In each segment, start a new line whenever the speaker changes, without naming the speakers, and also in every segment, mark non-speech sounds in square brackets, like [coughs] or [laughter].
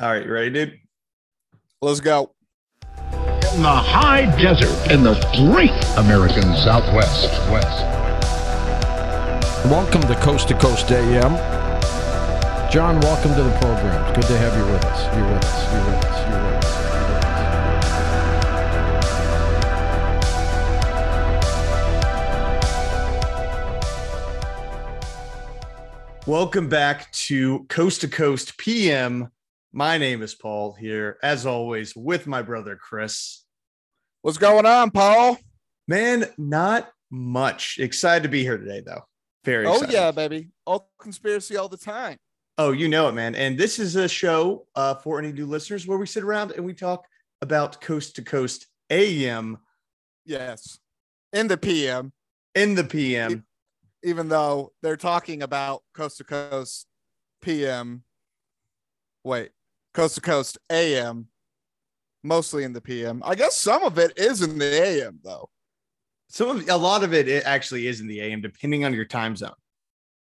All right, you ready, dude?
Let's go.
In the high desert in the great American Southwest. West.
Welcome to Coast to Coast AM. John, welcome to the program. It's good to have you with us. You're with us. You're with us. You're with us. You're with us.
Welcome back to Coast to Coast PM. My name is Paul here, as always, with my brother Chris.
What's going on, Paul?
Man, not much. Excited to be here today, though. Very
Oh
excited.
yeah, baby. All conspiracy all the time.
Oh, you know it, man. And this is a show uh, for any new listeners where we sit around and we talk about coast to coast AM
Yes. In the PM,
in the PM.
even though they're talking about coast to coast PM. Wait, coast to coast AM. Mostly in the PM. I guess some of it is in the AM though.
Some of a lot of it, it actually is in the AM, depending on your time zone.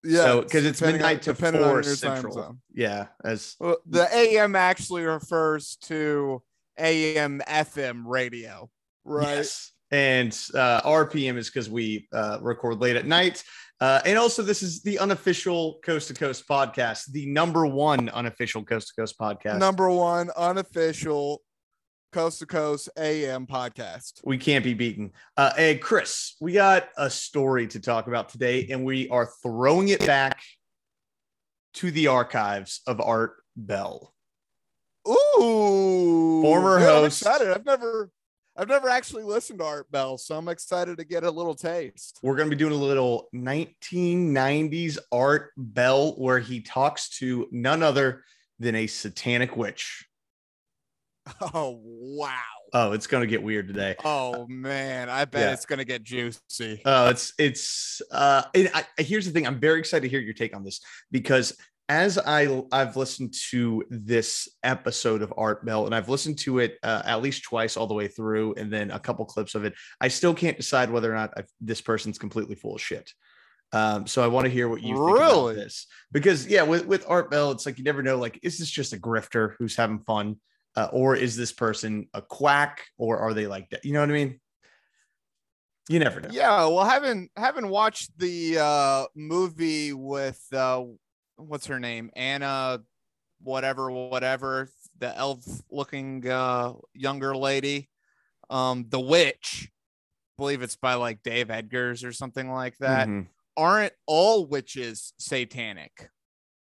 Yeah.
So, 'cause it's
depending on-
midnight to
depending on
4
your time
Central.
zone.
Yeah, as
Well, the AM actually refers to AM FM radio, right?
Yes. And uh, RPM is because we uh, record late at night. Uh, and also, this is the unofficial Coast to Coast podcast, the number one unofficial Coast to Coast podcast.
Number one unofficial coast to coast AM podcast.
we can't be beaten. Uh, hey, Chris, we got a story to talk about today, and we are throwing it back to the archives of Art Bell.
Ooh,
Former
I'm
host.
excited. I've never, I've never actually listened to Art Bell, so I'm excited to get a little taste. [laughs]
We're going to be doing a little 1990s Art Bell where he talks to none other than a satanic witch.
Oh wow!
Oh, it's going to get weird today.
Oh man, I bet
Yeah.
it's gonna get juicy.
Uh, it's it's uh, and I, I- here's the thing. I'm very excited to hear your take on this because as I I've listened to this episode of Art Bell and I've listened to it uh, at least twice all the way through and then a couple clips of it. I still can't decide whether or not i this person's completely full of shit. Um, so I want to hear what you think
Really?
about this because yeah, with with Art Bell, it's like you never know. Like, is this just a grifter who's having fun, uh, or is this person a quack, or are they like that? You know what I mean? You never know.
Yeah, well, haven't haven't watched the uh, movie with uh, what's her name, Anna, whatever, whatever, the elf-looking uh, younger lady, um, the witch. believe it's by like Dave Edgar's or something like that.
Mhm.
Aren't all witches satanic?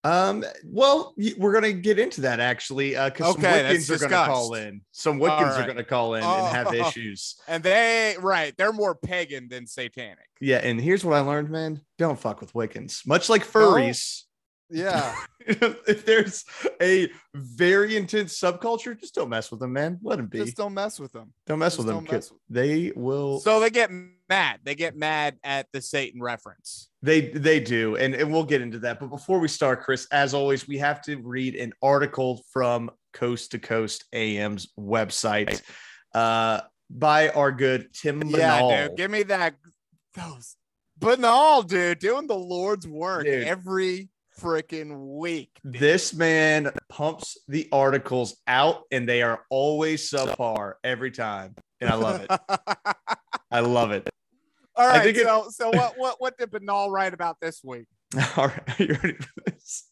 Um, well, y- we're gonna get into that actually, uh, because
Okay,
some
that's
Wiccans are gonna call
discussed.
in. Some Wiccans are
right.
gonna call in and have
Oh. [laughs]
issues.
And they right, they're more pagan than satanic.
Yeah, and here's what I learned, man: don't fuck with Wiccans. Much like furries, [laughs]
[laughs] Yeah,
if there's a very intense subculture, just don't mess with them, man. Let them be.
just don't mess with them.
don't mess
just
with them.
don't
'cause
mess with-
They will.
So they get mad. They get mad at the Satan reference.
They they do, and, and we'll get into that. But before we start, Chris, as always, we have to read an article from Coast to Coast AM's website uh, by our good Tim Banal.
Yeah, dude, give me that. Those banal, dude, doing the Lord's work
Dude.
every freaking week.
this man pumps the articles out, and they are always subpar every time, and I love
[laughs]
it. I love it. [laughs]
All
I
right,
think it-
so so what what what did banal write about this week?
All right, you ready for this?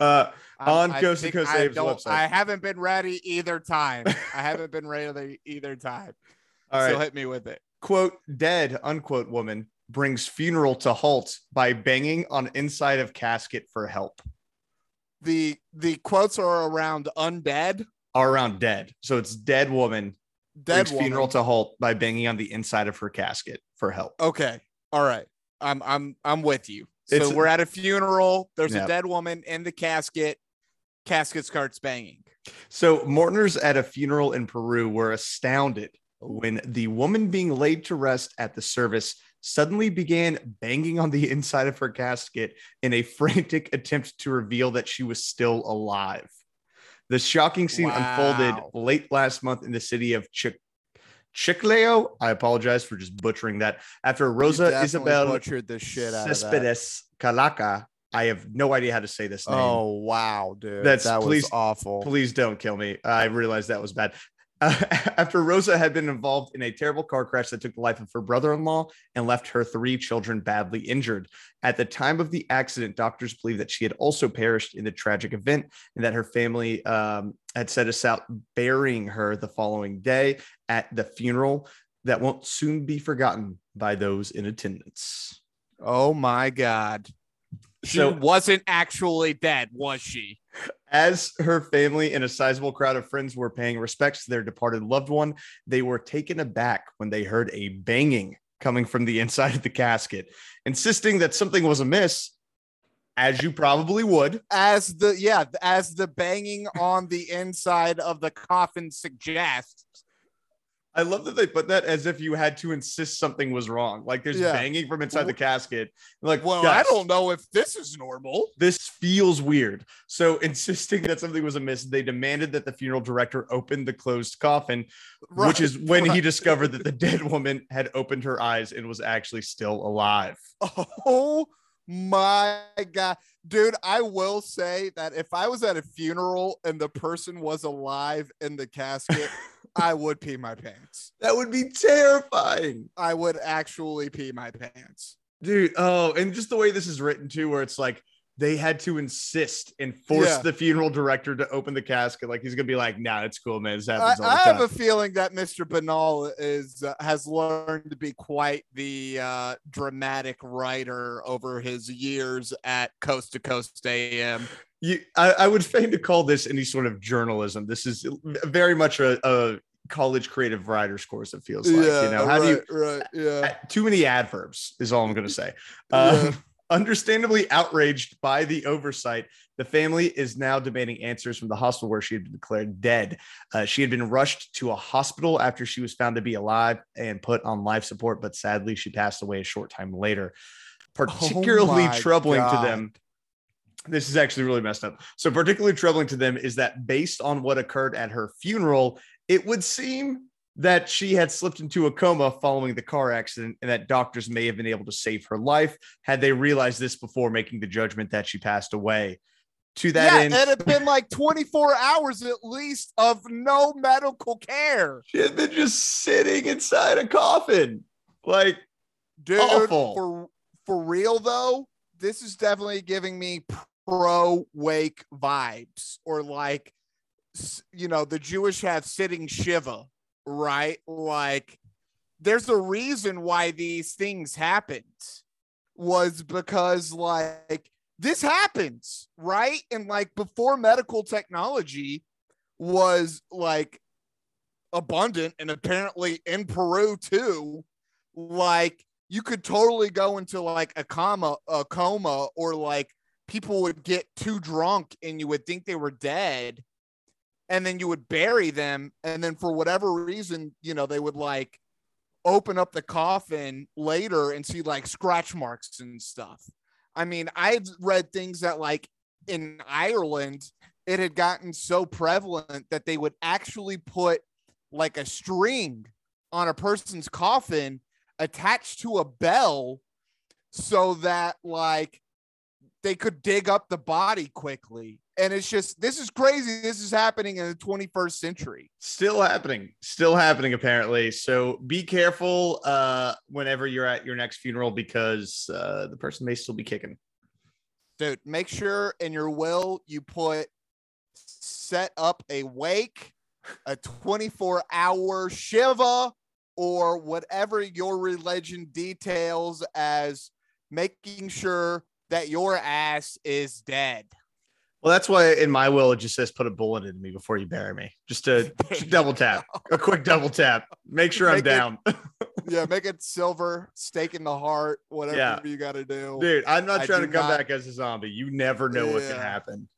Uh, On Coast to
think
Coast
I
Abe's
don't-
website.
I haven't been ready
[laughs]
either time. I haven't been ready either time.
all right.
So hit me with it.
quote dead unquote woman brings funeral to halt by banging on inside of casket for help
The the quotes are around undead,
are around dead so it's dead woman
dead
brings
woman.
funeral to halt by banging on the inside of her casket for help
Okay. All right. I'm I'm I'm with you. So
It's-
we're at a funeral. There's
Yeah.
a dead woman in the casket. Casket starts banging.
so mourners at a funeral in peru were astounded when the woman being laid to rest at the service suddenly began banging on the [laughs] inside of her casket in a frantic attempt to reveal that she was still alive. The shocking scene unfolded
Wow.
late last month in the city of Chic. Chicleo, I apologize for just butchering that. After Rosa
You definitely
Isabel
butchered the shit out of that.
Cespedes Calaca I have no idea how to say this name.
Oh wow, dude,
That's-
that
please-
was awful.
Please don't kill me. I realized that was bad. Uh, [laughs] after Rosa had been involved in a terrible car crash that took the life of her brother in law and left her three children badly injured. At the time of the accident, doctors believed that she had also perished in the tragic event and that her family um, had set us out burying her the following day at the funeral that won't soon be forgotten by those in attendance.
Oh my god, she
So-
wasn't actually dead, was she?
As her family and a sizable crowd of friends were paying respects to their departed loved one, they were taken aback when they heard a banging coming from the [laughs] inside of the casket, insisting that something was amiss, as you probably would.
As the yeah, as the banging on the inside of the coffin suggests.
I love that they put that as if you had to insist something was wrong. Like there's
Yeah.
banging from inside the casket. Like,
Well,
"Guys,
I don't know if this is normal.
This feels weird. So, [laughs] insisting that something was amiss, they demanded that the funeral director open the closed coffin, which is when he
right.
discovered that the dead woman had opened her eyes and was actually still alive.
[laughs] Oh my god, dude! I will say that if I was at a funeral and the person was alive in the
[laughs]
casket, I would pee my pants.
That would be terrifying.
I would actually pee my pants.
Dude, oh, and just the way this is written too, where it's like they had to insist and force
Yeah.
the funeral director to open the casket. Like he's gonna be like, nah, it's cool, man. This
I,
happens all
I
the
have
time.
a feeling that Mr. Banal is uh, has learned to be quite the uh, dramatic writer over his years at Coast to Coast AM.
you, I, I would feign to call this any sort of journalism. This is
Mm.
very much a, a college creative writers course, it feels like. you know, how do you
right, yeah.
too many adverbs is all I'm going to say. Um,
Uh, [laughs] Yeah.
Understandably outraged by the oversight, the family is now demanding answers from the hospital where she had been declared dead. Uh, she had been rushed to a hospital after she was found to be alive and put on life support, but sadly, she passed away a short time later. Particularly
Oh my
troubling
God.
to them. This is actually really messed up. So, particularly troubling to them is that based on what occurred at her funeral, it would seem that she had slipped into a coma following the car accident and that doctors may have been able to save her life had they realized this before making the judgment that she passed away. To that
yeah,
end,
it had been like 24 hours at least of no medical care.
she had been just sitting inside a coffin. Like,
Dude,
Awful.
for for real though, this is definitely giving me pro wake vibes or like s- you know, the Jewish have sitting shiva, right? Like there's a reason why these things happened was because like this happens, right? And like before medical technology was like abundant and apparently in Peru too, like you could totally go into like a coma, a coma, or like people would get too drunk and you would think they were dead, and then you would bury them, and then for whatever reason, you know, they would like open up the coffin later and see like scratch marks and stuff. I mean, I've read things that like in Ireland it had gotten so prevalent that they would actually put like a string on a person's coffin attached to a bell so that like they could dig up the body quickly and it's just this is crazy this is happening in the 21st century
still happening still happening apparently so be careful uh whenever you're at your next funeral because uh the person may still be kicking
dude make sure in your will you put set up a wake a 24 hour shiva or whatever your religion details as making sure that your ass is dead
well that's why in my will it just says put a bullet in me before you bury me just a double tap a quick double tap make sure i'm
Make it-
down
yeah make it silver stake in the heart whatever
Yeah.
you gotta do
dude i'm not
I
trying to
do
come
not-
back as a zombie you never know what can
Yeah.
happen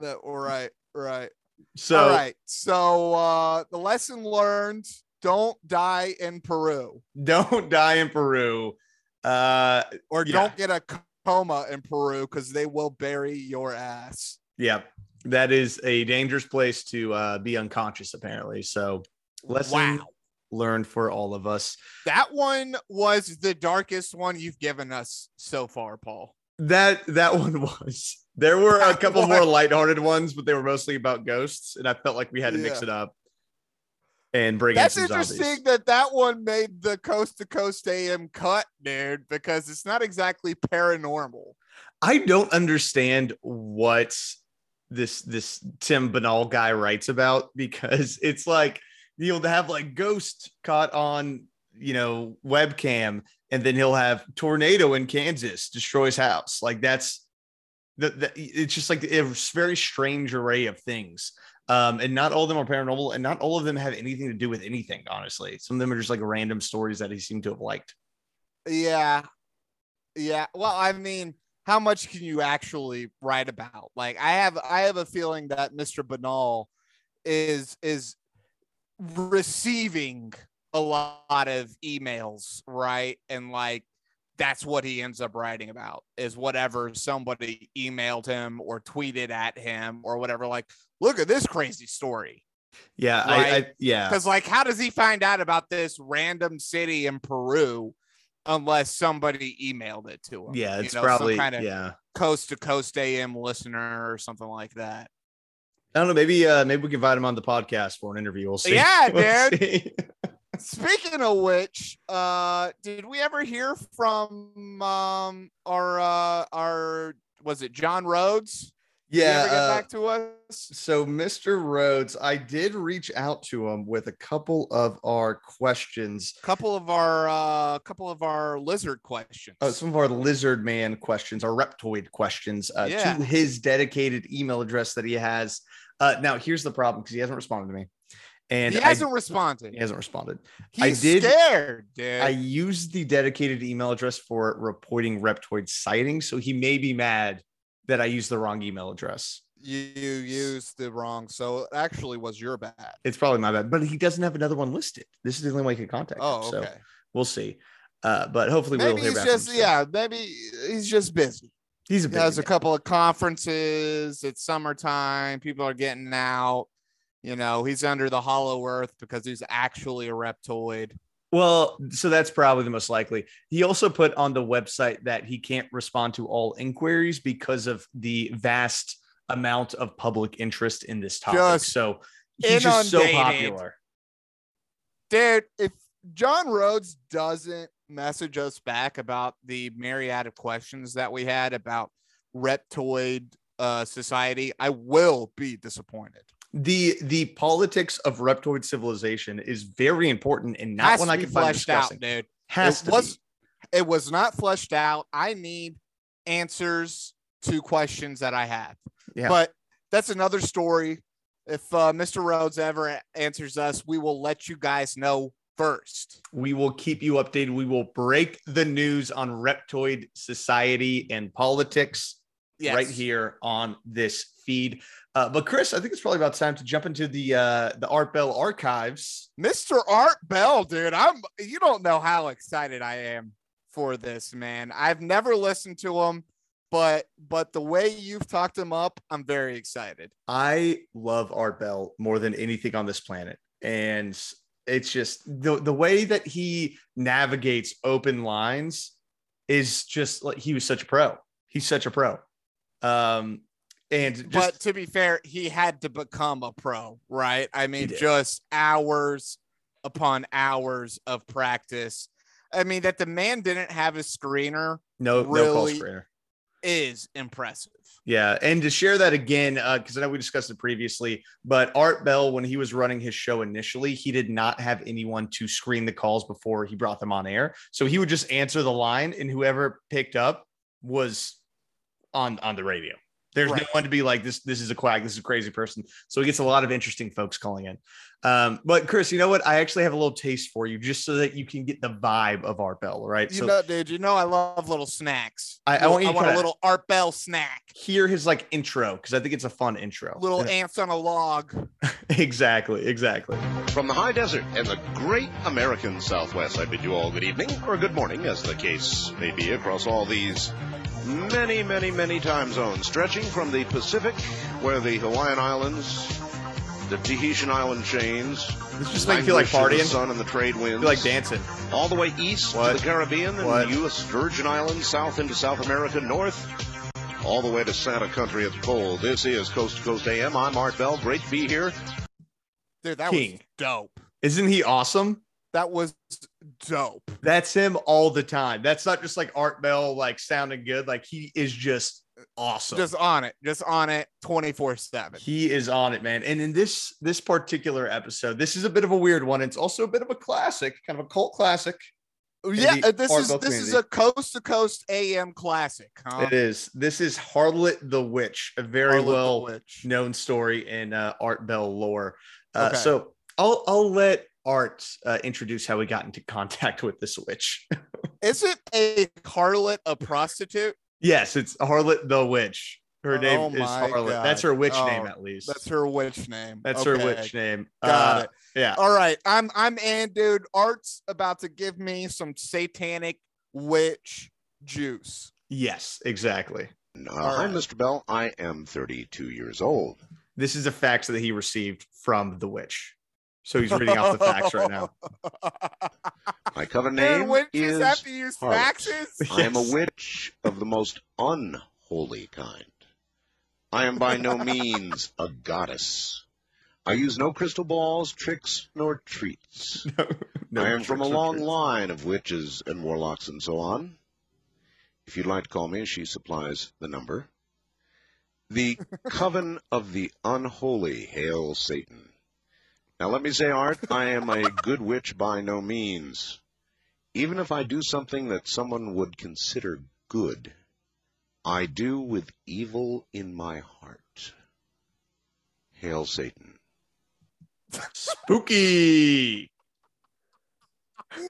That- all right right
so
all right so uh the lesson learned don't die in peru
don't [laughs] die in peru uh
or
Yeah.
don't get a coma in Peru because they will bury your ass.
yeah that is a dangerous place to uh be unconscious apparently so lesson
Wow.
learned for all of us
That one was the darkest one you've given us so far, Paul.
that that [laughs] one was. There were a couple more lighthearted ones, but they were mostly about ghosts, and I felt like we had to mix
Yeah.
it up and bring
That's
in some
interesting
zombies.
that that one made the coast to coast AM cut, dude, because it's not exactly paranormal.
I don't understand what this this Tim Banal guy writes about because [laughs] it's like you'll have like ghosts caught on you know webcam, and then he'll have tornado in Kansas destroys house. Like that's that. that it's just like a very strange array of things. Um, and not all of them are paranormal, and not all of them have anything to do with anything. Honestly, some of them are just like random stories that he seemed to have liked.
Yeah. Yeah. Well, I mean, how much can you actually write about? Like I have I have a feeling that Mr. Banal is is receiving a lot of emails, right? And like that's what he ends up writing about is whatever somebody emailed him or tweeted at him or whatever like look at this crazy story
Yeah, I, I
Right.
yeah.
because like how does he find out about this random city in peru unless somebody emailed it to him
Yeah,
You
it's
know, some
probably
kind of
yeah.
coast to coast am listener or something like that
I don't know. Maybe uh maybe we can invite him on the podcast for an interview. We'll see.
Yeah,
[laughs] We'll
dude.
see.
speaking of which uh did we ever hear from um our uh our was it john rhodes Did he
Yeah.
ever get
uh,
back to us
so Mr. Rhodes, I did reach out to him with a couple of our questions.
couple of our uh couple of our lizard questions
Uh, some of our lizard man questions, our reptoid questions, uh,
Yeah.
to his dedicated email address that he has. Uh, now here's the problem because he hasn't responded to me, and
he
I-
hasn't responded
he hasn't responded. I
he's
did-
scared dude
I used the dedicated email address for reporting reptoid sightings, so he may be mad that I used the wrong email address.
you used the wrong so it actually was your bad
It's probably my bad, but he doesn't have another one listed. This is the only way I can contact
oh
him.
okay
So we'll see. Uh, but hopefully
maybe
we'll hear
he's
back.
just
from him soon.
yeah maybe he's just busy
he's a
he
big
has a couple of conferences it's summertime people are getting out you know he's under the hollow earth because he's actually a reptoid
Well, so that's probably the most likely. He also put on the website that he can't respond to all inquiries because of the vast amount of public interest in this topic.
Just
so he's just so
inundated.
popular.
dude if john rhodes doesn't message us back about the myriad of questions that we had about reptoid uh, society i will be disappointed
The the politics of reptoid civilization is very important and not
Has
one
to
I
be
can find
fleshed out
disgusting.
dude
Has
it
to
was
be.
it was not fleshed out i need answers to questions that i have
Yeah.
but that's another story if uh, mr rhodes ever a- answers us we will let you guys know first
We will keep you updated. We will break the news on reptoid society and politics
yes.
right here on this feed. Uh, but Chris, I think it's probably about time to jump into the uh, the Art Bell archives.
mr art bell dude i'm you don't know how excited i am for this man i've never listened to him but but the way you've talked him up i'm very excited
I love Art Bell more than anything on this planet, and it's just the the way that he navigates open lines is just like he was such a pro. He's such a pro. Um, and just
but to be fair, he had to become a pro, right? I mean,
did.
just hours upon hours of practice. I mean, that the man didn't have a screener
no no call
really-
screener.
is impressive.
Yeah, and to share that again, because I know we discussed it previously, but Art Bell, when he was running his show initially, he did not have anyone to screen the calls before he brought them on air. So he would just answer the line, and whoever picked up was on on the radio. There's no
Right.
one to be like this. This is a quack. This is a crazy person. So he gets a lot of interesting folks calling in. Um, but Chris, you know what? I actually have a little taste for you, just so that you can get the vibe of Art Bell. All right.
You
so
know, dude, you know, I love little snacks.
I- I
Little-
want you to
want a
kinda-
little Art Bell snack,
hear his like intro because I think it's a fun intro.
little ants on a log.
[laughs] exactly, exactly.
From the high desert and the great American Southwest, I bid you all good evening, or good morning, as the case may be, across all these many, many, many time zones, stretching from the Pacific, where the Hawaiian Islands the Tahitian island chains,
This just make you feel like
languish in the
partying.
sun and the trade
Feel
winds,
like dancing.
all the way east
What?
to the Caribbean and
What?
the U.S. Virgin Islands, south into South America, north, all the way to Santa Country. It's cold. This is Coast to Coast AM. I'm Art Bell. Great to be here.
Dude, that
King.
was dope.
Isn't he awesome?
That was dope.
That's him all the time. That's not just like Art Bell like sounding good. Like he is just awesome.
Just on it. Just on it 24 7.
He is on it, man. And in this this particular episode, this is a bit of a weird one. It's also a bit of a classic, kind of a cult classic.
Yeah,
the
uh, this is
Orville
this is
community.
a coast to coast AM classic, huh?
It is. This is Harlot the Witch, a very
Uh-huh. Harlot the
well
Witch.
known story in uh, Art Bell lore. Uh,
Okay.
So I'll I'll let Art uh, introduce how we got into [laughs] contact with this witch.
Isn't a harlot a prostitute?
yes, it's Harlot the Witch. Her name
Oh
is
my
Harlot.
God.
That's her witch name,
Oh,
at least.
That's her witch name.
That's her
Okay,
witch name.
Got
Uh,
it. Oh.
Yeah.
All right, I'm I'm in, dude. Art's about to give me some satanic witch juice.
Yes, exactly.
Uh,
All
I'm
right.
Mr. Bell. I am 32 years old.
This is a fax that he received from the witch. So he's reading off the facts right
[laughs]
now.
My coven
Dude,
name
witches
is.
have to use
harlot.
faxes.
I am
[laughs]
a
Yes.
witch of the most unholy kind. I am by no means a goddess. I use no crystal balls, tricks, nor treats.
No
I am from a
tricks or
long
treats.
line of witches and warlocks and so on. If you'd like to call me, she supplies the number.
[laughs]
The Coven of the Unholy, Hail Satan. Now let me say, Art, I am a good witch by no means. Even if I do something that someone would consider good, I do with evil in my heart. Hail Satan.
Spooky.
Dude,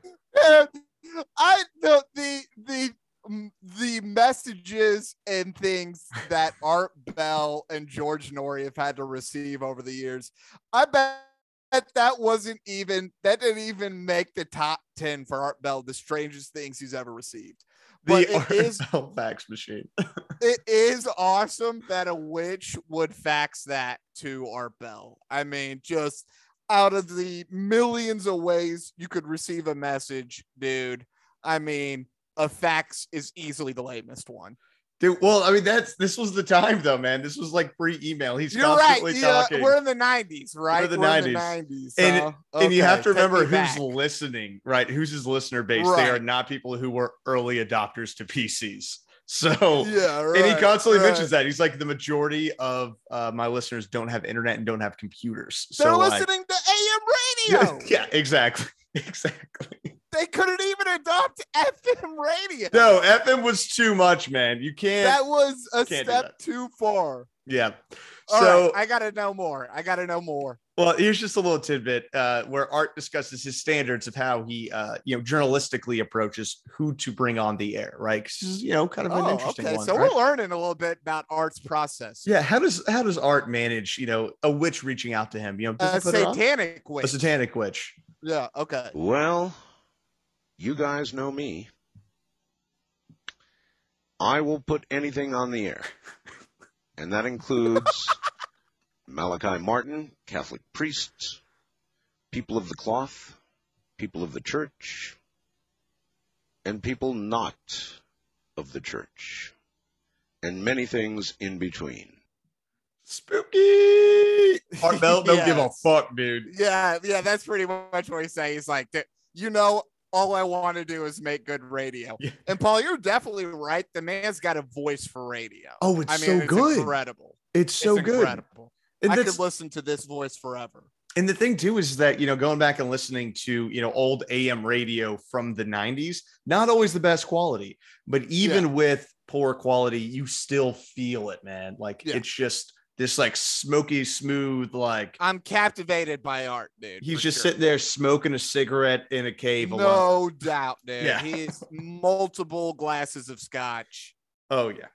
I the the the mm, the messages and things that Art Bell and George Norrie have had to receive over the years. I bet that wasn't even that didn't even make the top ten for Art Bell. The strangest things he's ever received. But
The Art
it is
[laughs] Bell fax machine.
it is awesome that a witch would fax that to Art Bell. I mean, just out of the millions of ways you could receive a message, dude. I mean, a fax is easily the lamest one.
Dude, well, I mean, that's this was the time though, man. This was like pre-email. He's
You're right.
constantly
Yeah,
talking.
we're in the 90s, right?
the
90s.
And-
so,
and you have
okay,
to
take me
remember who's
back.
listening, right? Who's his listener base? They are
Right.
not people who were early adopters to PCs. So
Yeah, right.
and he constantly
right.
mentions that. He's like, the majority of uh, my listeners don't have internet and don't have computers.
They're
so like-
listening
[laughs]
to AM radio.
yeah, exactly. [laughs] Exactly.
They couldn't even adopt FM radio.
No, FM was too much, man. You can't.
that was a
Can't do
step
that.
too far.
yeah.
All right,
so,
I gotta know more. I gotta know more.
well, here's just a little tidbit uh, where Art discusses his standards of how he, uh, you know, journalistically approaches who to bring on the air, right? 'Cause This is, you know, kind of an
Oh,
interesting
okay.
one.
so
right?
we're learning a little bit about art's process.
yeah. How does how does Art manage, you know, a witch reaching out to him? You know,
a
does he put it on?
Uh, satanic way.
a satanic Uh, witch.
yeah. Okay.
Well, you guys know me. I will put anything on the air. And that [laughs] includes Malachi Martin, Catholic priests, people of the cloth, people of the church, and people not of the church, and many things in between.
Spooky. [laughs] Art Bell don't give a
Yes.
fuck, dude.
Yeah. Yeah. That's pretty much what he's saying. He's like, "Dude, you know, all I want to do is make good radio.
Yeah.
And Paul, you're definitely right. The man's got a voice for radio.
Oh, it's
I
so
mean, it's
good.
incredible.
It's so
it's
good.
Incredible.
And
I
that's-
could listen to this voice forever.
and the thing too is that you know going back and listening to you know old am radio from the 90s not always the best quality but even with poor quality you still feel it man like
Yeah.
it's just this like smoky smooth like
I'm captivated by art, dude.
he's
for
just
sure.
sitting there smoking a cigarette in a cave alone
No doubt, dude.
Yeah.
He's multiple glasses of scotch.
oh yeah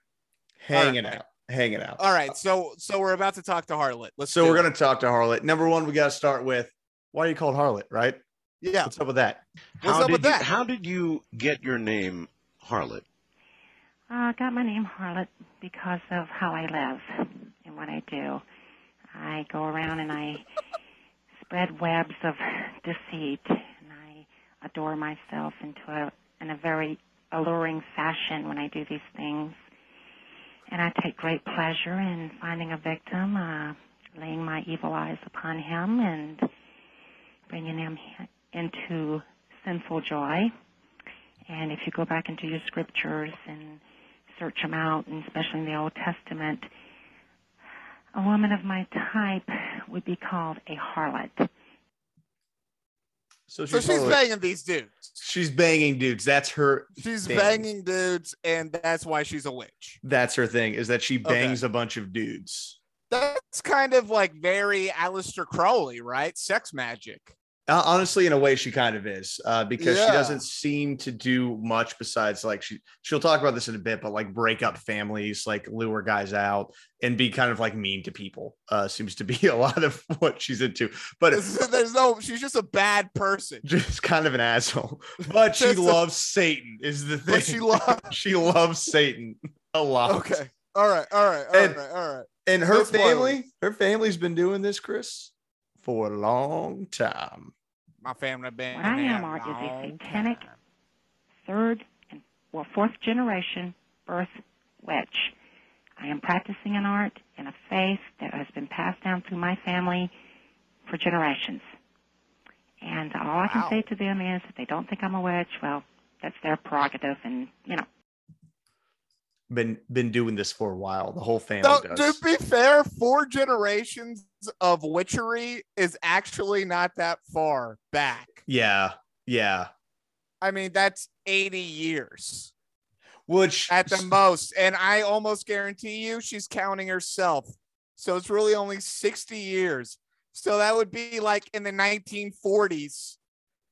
hanging
Alright.
out hanging out
All right, so so we're about to talk to Harlot. Let's
so
do
we're
it.
going to talk to harlot number one we got to start with why are you called harlot right
yeah.
what's up with that
What's
how
up
did
with
you,
that?
How did you get your name, Harlot?
Uh, I got my name Harlot because of how I live and what I do. I go around and I spread webs of deceit, and I adore myself into a in a very alluring fashion when I do these things. And I take great pleasure in finding a victim, uh, laying my evil eyes upon him, and bringing him into sinful joy. And if you go back into your scriptures and search them out, and especially in the Old Testament, a woman of my type would be called a harlot.
So
So
she's,
she's
she's,
banging these dudes.
she's banging dudes. That's her.
She's
Bang.
banging dudes, and that's why she's a witch.
That's her thing. Is that she
Okay.
bangs a bunch of dudes?
That's kind of like very Aleister Crowley, right? Sex magic.
Uh, honestly, in a way, she kind of is uh, because she
Yeah.
doesn't seem to do much besides like she she'll talk about this in a bit, but like break up families, like lure guys out, and be kind of like mean to people. Uh, seems to be [laughs] a lot of what she's into. But
There's [laughs] no, she's just a bad person.
just kind of an
[laughs]
asshole. But she
Just a-
loves Satan is the thing.
But she loves.
[laughs] she loves Satan a lot.
Okay. All right. All right. All
And-
right. All right.
And her
No spoilers.
family, her family's been doing this, Chris, for a long time.
My family been.
What I
there
am are is a
long
satanic
time.
third and well fourth generation birth witch. I am practicing an art and a faith that has been passed down through my family for generations. And all I can
Wow.
say to them is if they don't think I'm a witch, well, that's their prerogative and you know.
Been been doing this for a while. The whole family
So, to
does.
be fair, four generations of witchery is actually not that far back.
yeah, yeah.
I mean, that's 80 years
Which [laughs]
at the most. And I almost guarantee you she's counting herself. So it's really only 60 years. So that would be like in the 1940s.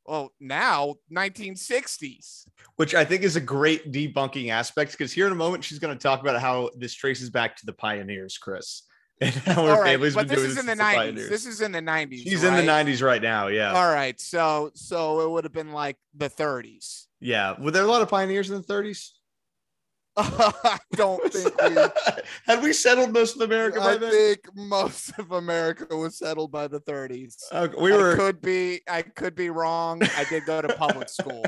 Well, now 1960s.
which I think is a great debunking aspect because here in a moment she's going to talk about how this traces back to the pioneers, Chris, [laughs] and how her
All right.
family's
But
been
this
doing
is in the
since
90s.
pioneers.
This is in the 90s.
she's in the
right?
90s right now. Yeah,
All right. So so it would have been like the 30s.
yeah. Were there a lot of pioneers in the 30s?
[laughs] I don't think we
[laughs] Had we settled most of [laughs] America by
I
then?
think most of America was settled by the 30s.
Okay, Uh, we
I
were
could be I could be wrong. I did go to
[laughs]
public school.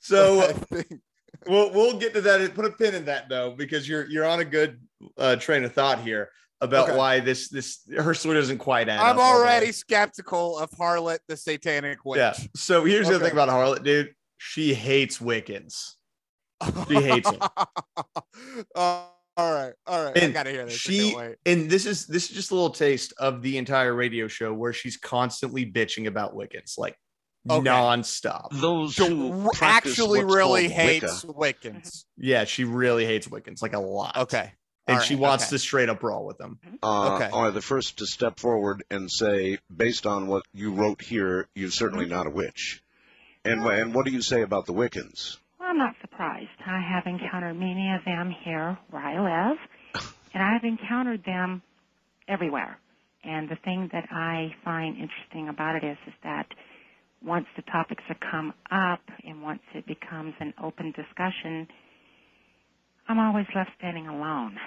so [laughs]
[laughs] I think-
we'll we'll get to that. Put a pin in that though, because you're you're on a good uh, train of thought here about
Okay.
why this this her story doesn't quite add.
I'm
up all the way.
already skeptical of Harlot the Satanic Witch.
yeah. So here's the
Okay.
thing about Harlot, dude. She hates Wiccans. She hates it.
[laughs] Uh, all right, all right. I
And
gotta hear this. I
she
can't wait.
and this is this is just a little taste of the entire radio show where she's constantly bitching about Wiccans, like
Okay.
nonstop.
Those who
She
practice
actually
what's
really
called
hates Wiccans.
Yeah, she really hates Wiccans, like a lot.
Okay.
And
all
she
right,
wants
okay.
to straight up brawl with them.
uh,
Okay.
are the first to step forward and say, based on what you wrote here,
Mm-hmm.
you're certainly not a witch. And, wh- and what do you say about the Wiccans?
Well, I'm not surprised. I have encountered many of them here where I live, and I've encountered them everywhere. And the thing that I find interesting about it is, is that once the topics are come up and once it becomes an open discussion, I'm always left standing alone.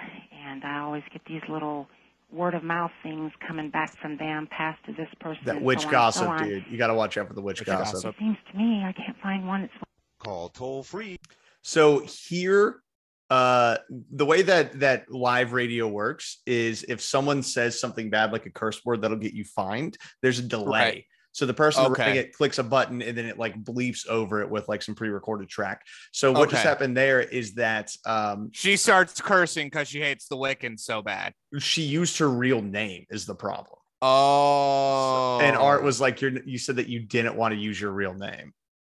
And I always get these little word of mouth things coming back from them, passed to this person.
That
and
witch
so on and so
gossip,
on.
dude. You got to watch out for the witch,
Witch
gossip.
gossip.
It seems to me I can't find one that's
Call toll free.
So here, uh, the way that that live radio works is if someone says something bad, like a curse word, that'll get you fined. There's a delay.
Right.
So the person
Okay.
running it clicks a button and then it like bleeps over it with like some pre-recorded track. So what just
Okay.
happened there is that um,
She starts cursing because she hates the Wiccans so bad.
she used her real name is the problem,
Oh.
and Art was like, "You you said that you didn't want to use your real name."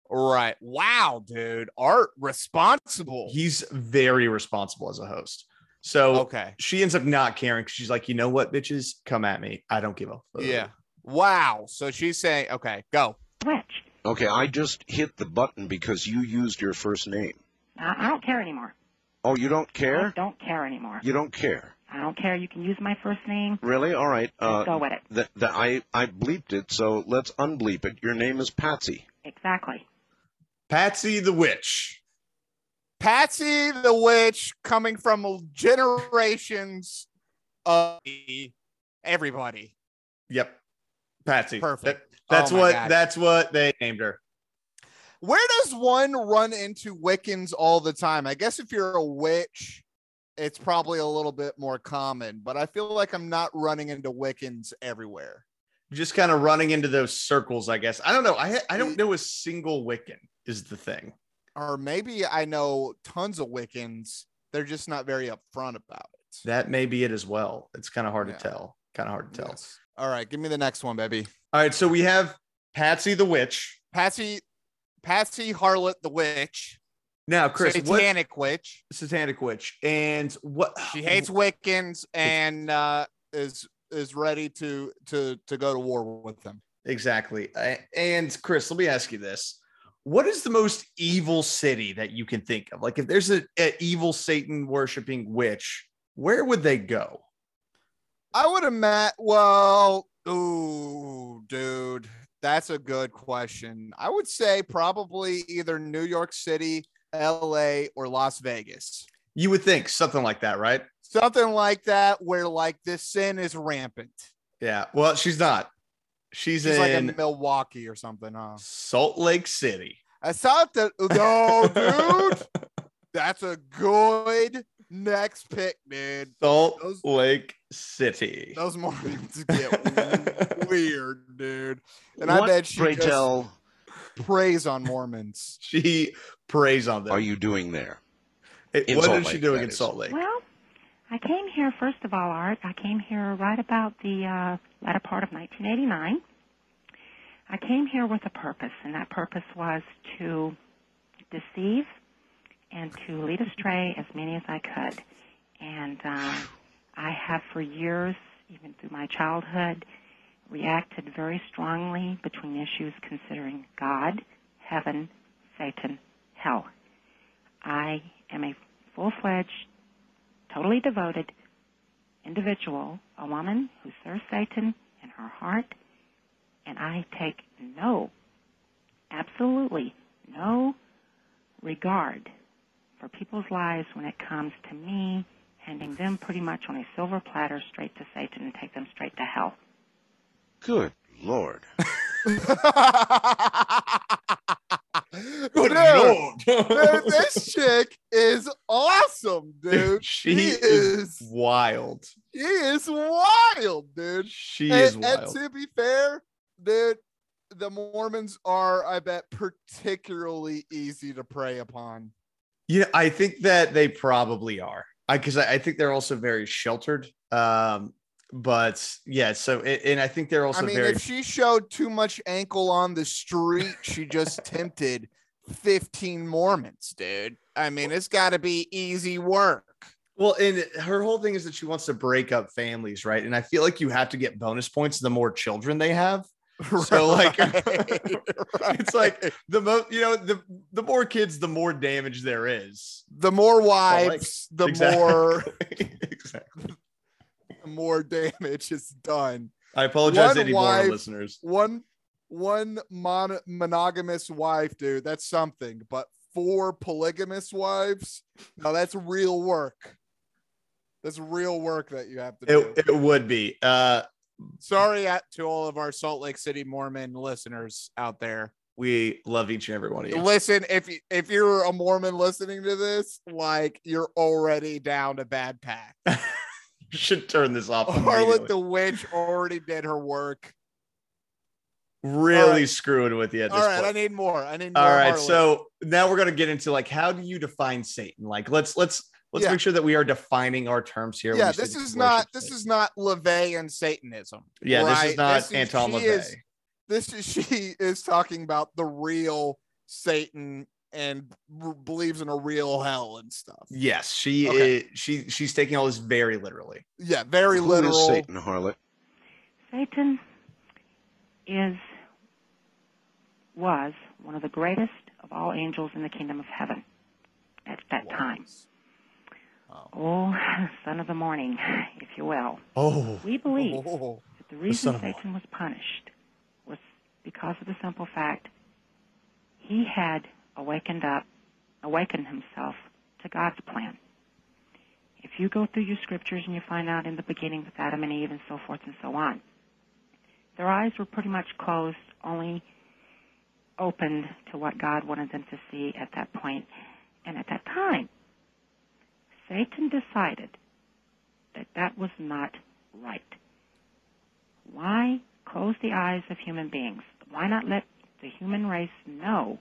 Right. Wow, dude. Art responsible.
He's very responsible as a host. So
[laughs] okay.
she ends up not caring because she's like, you know what, bitches, come at me. I don't give a fuck.
Yeah. Wow. So she's saying, okay, go.
witch.
Okay, I just hit the button because you used your first name.
I, I don't care anymore.
Oh, you don't
I
care?
don't care anymore.
You don't care.
I don't care. You can use my first name.
Really? All right.
Just go
Uh,
with it.
th- th- I, I bleeped it, so let's unbleep it. Your name is Patsy.
Exactly.
Patsy the witch.
Patsy the witch coming from generations of everybody.
Yep. Patsy.
Perfect.
That- that's
Oh my
what
God.
that's what they named her.
Where does one run into Wiccans all the time? I guess if you're a witch, it's probably a little bit more common, but I feel like I'm not running into Wiccans everywhere.
Just kind of running into those circles, I guess. I don't know. I I don't know a single Wiccan is the thing.
Or maybe I know tons of Wiccans. They're just not very upfront about it.
That may be it as well. It's kind of hard
Yeah.
to tell. Kind of hard to tell.
Yes. All right, give me the next one, baby.
All right, so we have Patsy the witch.
Patsy, Patsy Harlot the witch,
Now, Chris, what
satanic witch.
satanic witch and what
She hates Wiccans and uh, is is ready to to to go to war with them.
Exactly. I- And Chris, let me ask you this. What is the most evil city that you can think of? Like if there's an evil Satan worshiping witch, where would they go?
I would imagine. Well, ooh, dude, that's a good question. I would say probably either New York City, L.A., or Las Vegas,
You would think something like that, right?
something like that, where like this sin is rampant.
Yeah. Well, she's not. She's,
It's like
in
in Milwaukee or something, huh?
Salt Lake City.
I saw that. [laughs] No, Oh, dude, that's a good next pick, dude.
[laughs] Salt
Those-
Lake City.
Those Mormons get weird, dude. And I
What,
bet she
pray
just
tell,
preys on Mormons. [laughs]
she preys on them.
are you doing there?
It-
in
what
Salt
is she
Lake,
doing
that
in
is.
Salt Lake?
Well, I came here, first of all, Art, I came here right about the uh, latter part of 1989. I came here with a purpose, and that purpose was to deceive and to lead astray as many as I could. And uh, I have for years, even through my childhood, reacted very strongly between issues considering God, heaven, Satan, hell. I am a full fledged totally devoted individual, a woman who serves Satan in her heart, and I take no, absolutely no regard for people's lives when it comes to me handing them pretty much on a silver platter straight to Satan and take them straight to hell.
Good Lord.
dude, dude, this chick is awesome, dude.
she
is,
is [laughs] wild.
she is wild, dude.
She
and,
is wild.
and to be fair, dude, the Mormons are, I bet, particularly easy to prey upon.
Yeah, I think that they probably are. I because I, I think they're also very sheltered. Um, but yeah, so a- and I think they're also
I mean,
very
if she showed too much ankle on the street,
[laughs]
she just tempted 15 Mormons, dude. I mean, it's got to be
[laughs]
easy work.
well. And her whole thing is that she wants to break up families, right? And I feel like you have to get bonus points the more children they [laughs] have. So like, it's like the most you know the the more kids, the more damage there is.
the more
like,
wives, the
exactly.
more
[laughs] exactly.
the more damage is done.
I apologize
One
to any more
wife-
listeners.
One one mon- monogamous wife, dude, that's something. But four polygamous wives, no, that's real work. That's real work that you have to do.
It, it would be. Uh,
Sorry at, to all of our Salt Lake City Mormon listeners out there.
we love each and every one of you.
Listen, if you, if you're a Mormon listening to this, like you're already down a bad
[laughs]
path.
You should turn this
[laughs]
off. immediately.
Harlot the witch already did her work.
really
Alright.
screwing with you at this
All right, I
point.
need more. I need more.
All right,
Harlot.
so now we're gonna get into like how do you define Satan? Like let's let's let's
Yeah.
make sure that we are defining our terms here. when
yeah,
we say
this
that
is
worship
not this
Satan.
is not Levean Satanism.
yeah, this
right?
is not
This
Anton
she
LaVey.
is- this is [laughs] she is talking about the real Satan and r- believes in a real hell and stuff.
yes, she
Okay.
is she she's taking all this very literally.
Yeah, very
Who
literal.
is Satan, harlot?
Satan is, was one of the greatest of all angels in the kingdom of heaven at that time. Oh, [laughs] son of the morning, if you will.
Oh
We believe
Oh,
that the reason
son of
Satan was punished was because of the simple fact he had awakened up, awakened himself to God's plan. If you go through your scriptures and you find out in the beginning with Adam and Eve and so forth and so on, their eyes were pretty much closed, only opened to what God wanted them to see at that point and at that time. Satan decided that that was not right. Why close the eyes of human beings? Why not let the human race know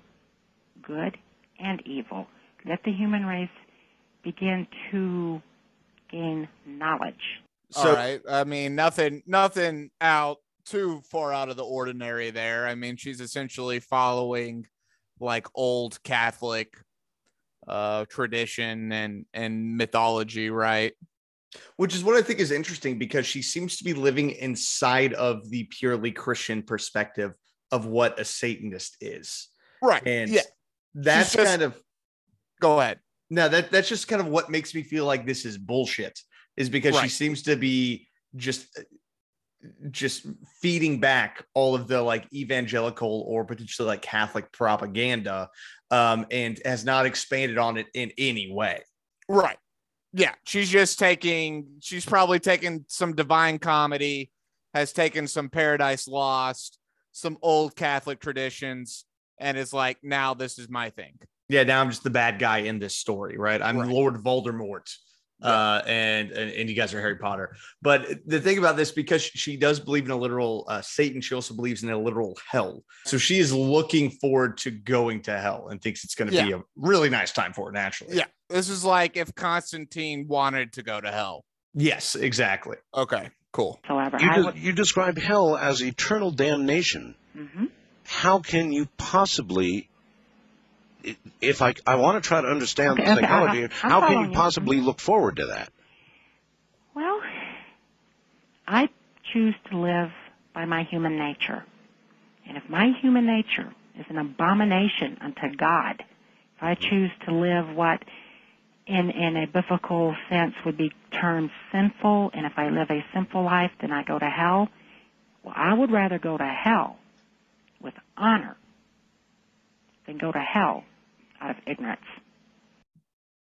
good and evil? Let the human race begin to gain knowledge.
All right. I mean, nothing, nothing out too far out of the ordinary there. I mean, she's essentially following like old Catholic uh tradition and and mythology, right?
which is what I think is interesting because she seems to be living inside of the purely Christian perspective of what a Satanist is.
Right.
And
yeah.
that's
just-
kind of
Go ahead.
no, that that's just kind of what makes me feel like this is bullshit is because she
Right.
seems to be just just feeding back all of the like evangelical or potentially like Catholic propaganda um and has not expanded on it in any way.
Right. Yeah. She's just taking, she's probably taken some divine comedy, has taken some Paradise Lost, some old Catholic traditions, and is like, now this is my thing.
yeah, now I'm just the bad guy in this story, right? I'm
Right.
Lord Voldemort. Uh, and, and and you guys are Harry Potter. But the thing about this, because she does believe in a literal uh, Satan, she also believes in a literal hell. So she is looking forward to going to hell and thinks it's going to be a really nice time for her. Naturally,
Yeah. This is like if Constantine wanted to go to hell.
yes, exactly.
Okay. Cool.
However,
You,
I
de-
would.
you describe hell as eternal damnation.
hmm
How can you possibly, i- if I, I want to try to understand
Okay,
the
okay, [laughs] I-
psychology,
I- I'm
how can
following
you
you.
possibly look forward to that?
Well, I choose to live by my human nature. And if my human nature is an abomination unto God, if I choose to live what in, in a biblical sense would be termed sinful, and if I live a sinful life, then I go to hell. Well, I would rather go to hell with honor than go to hell out of ignorance.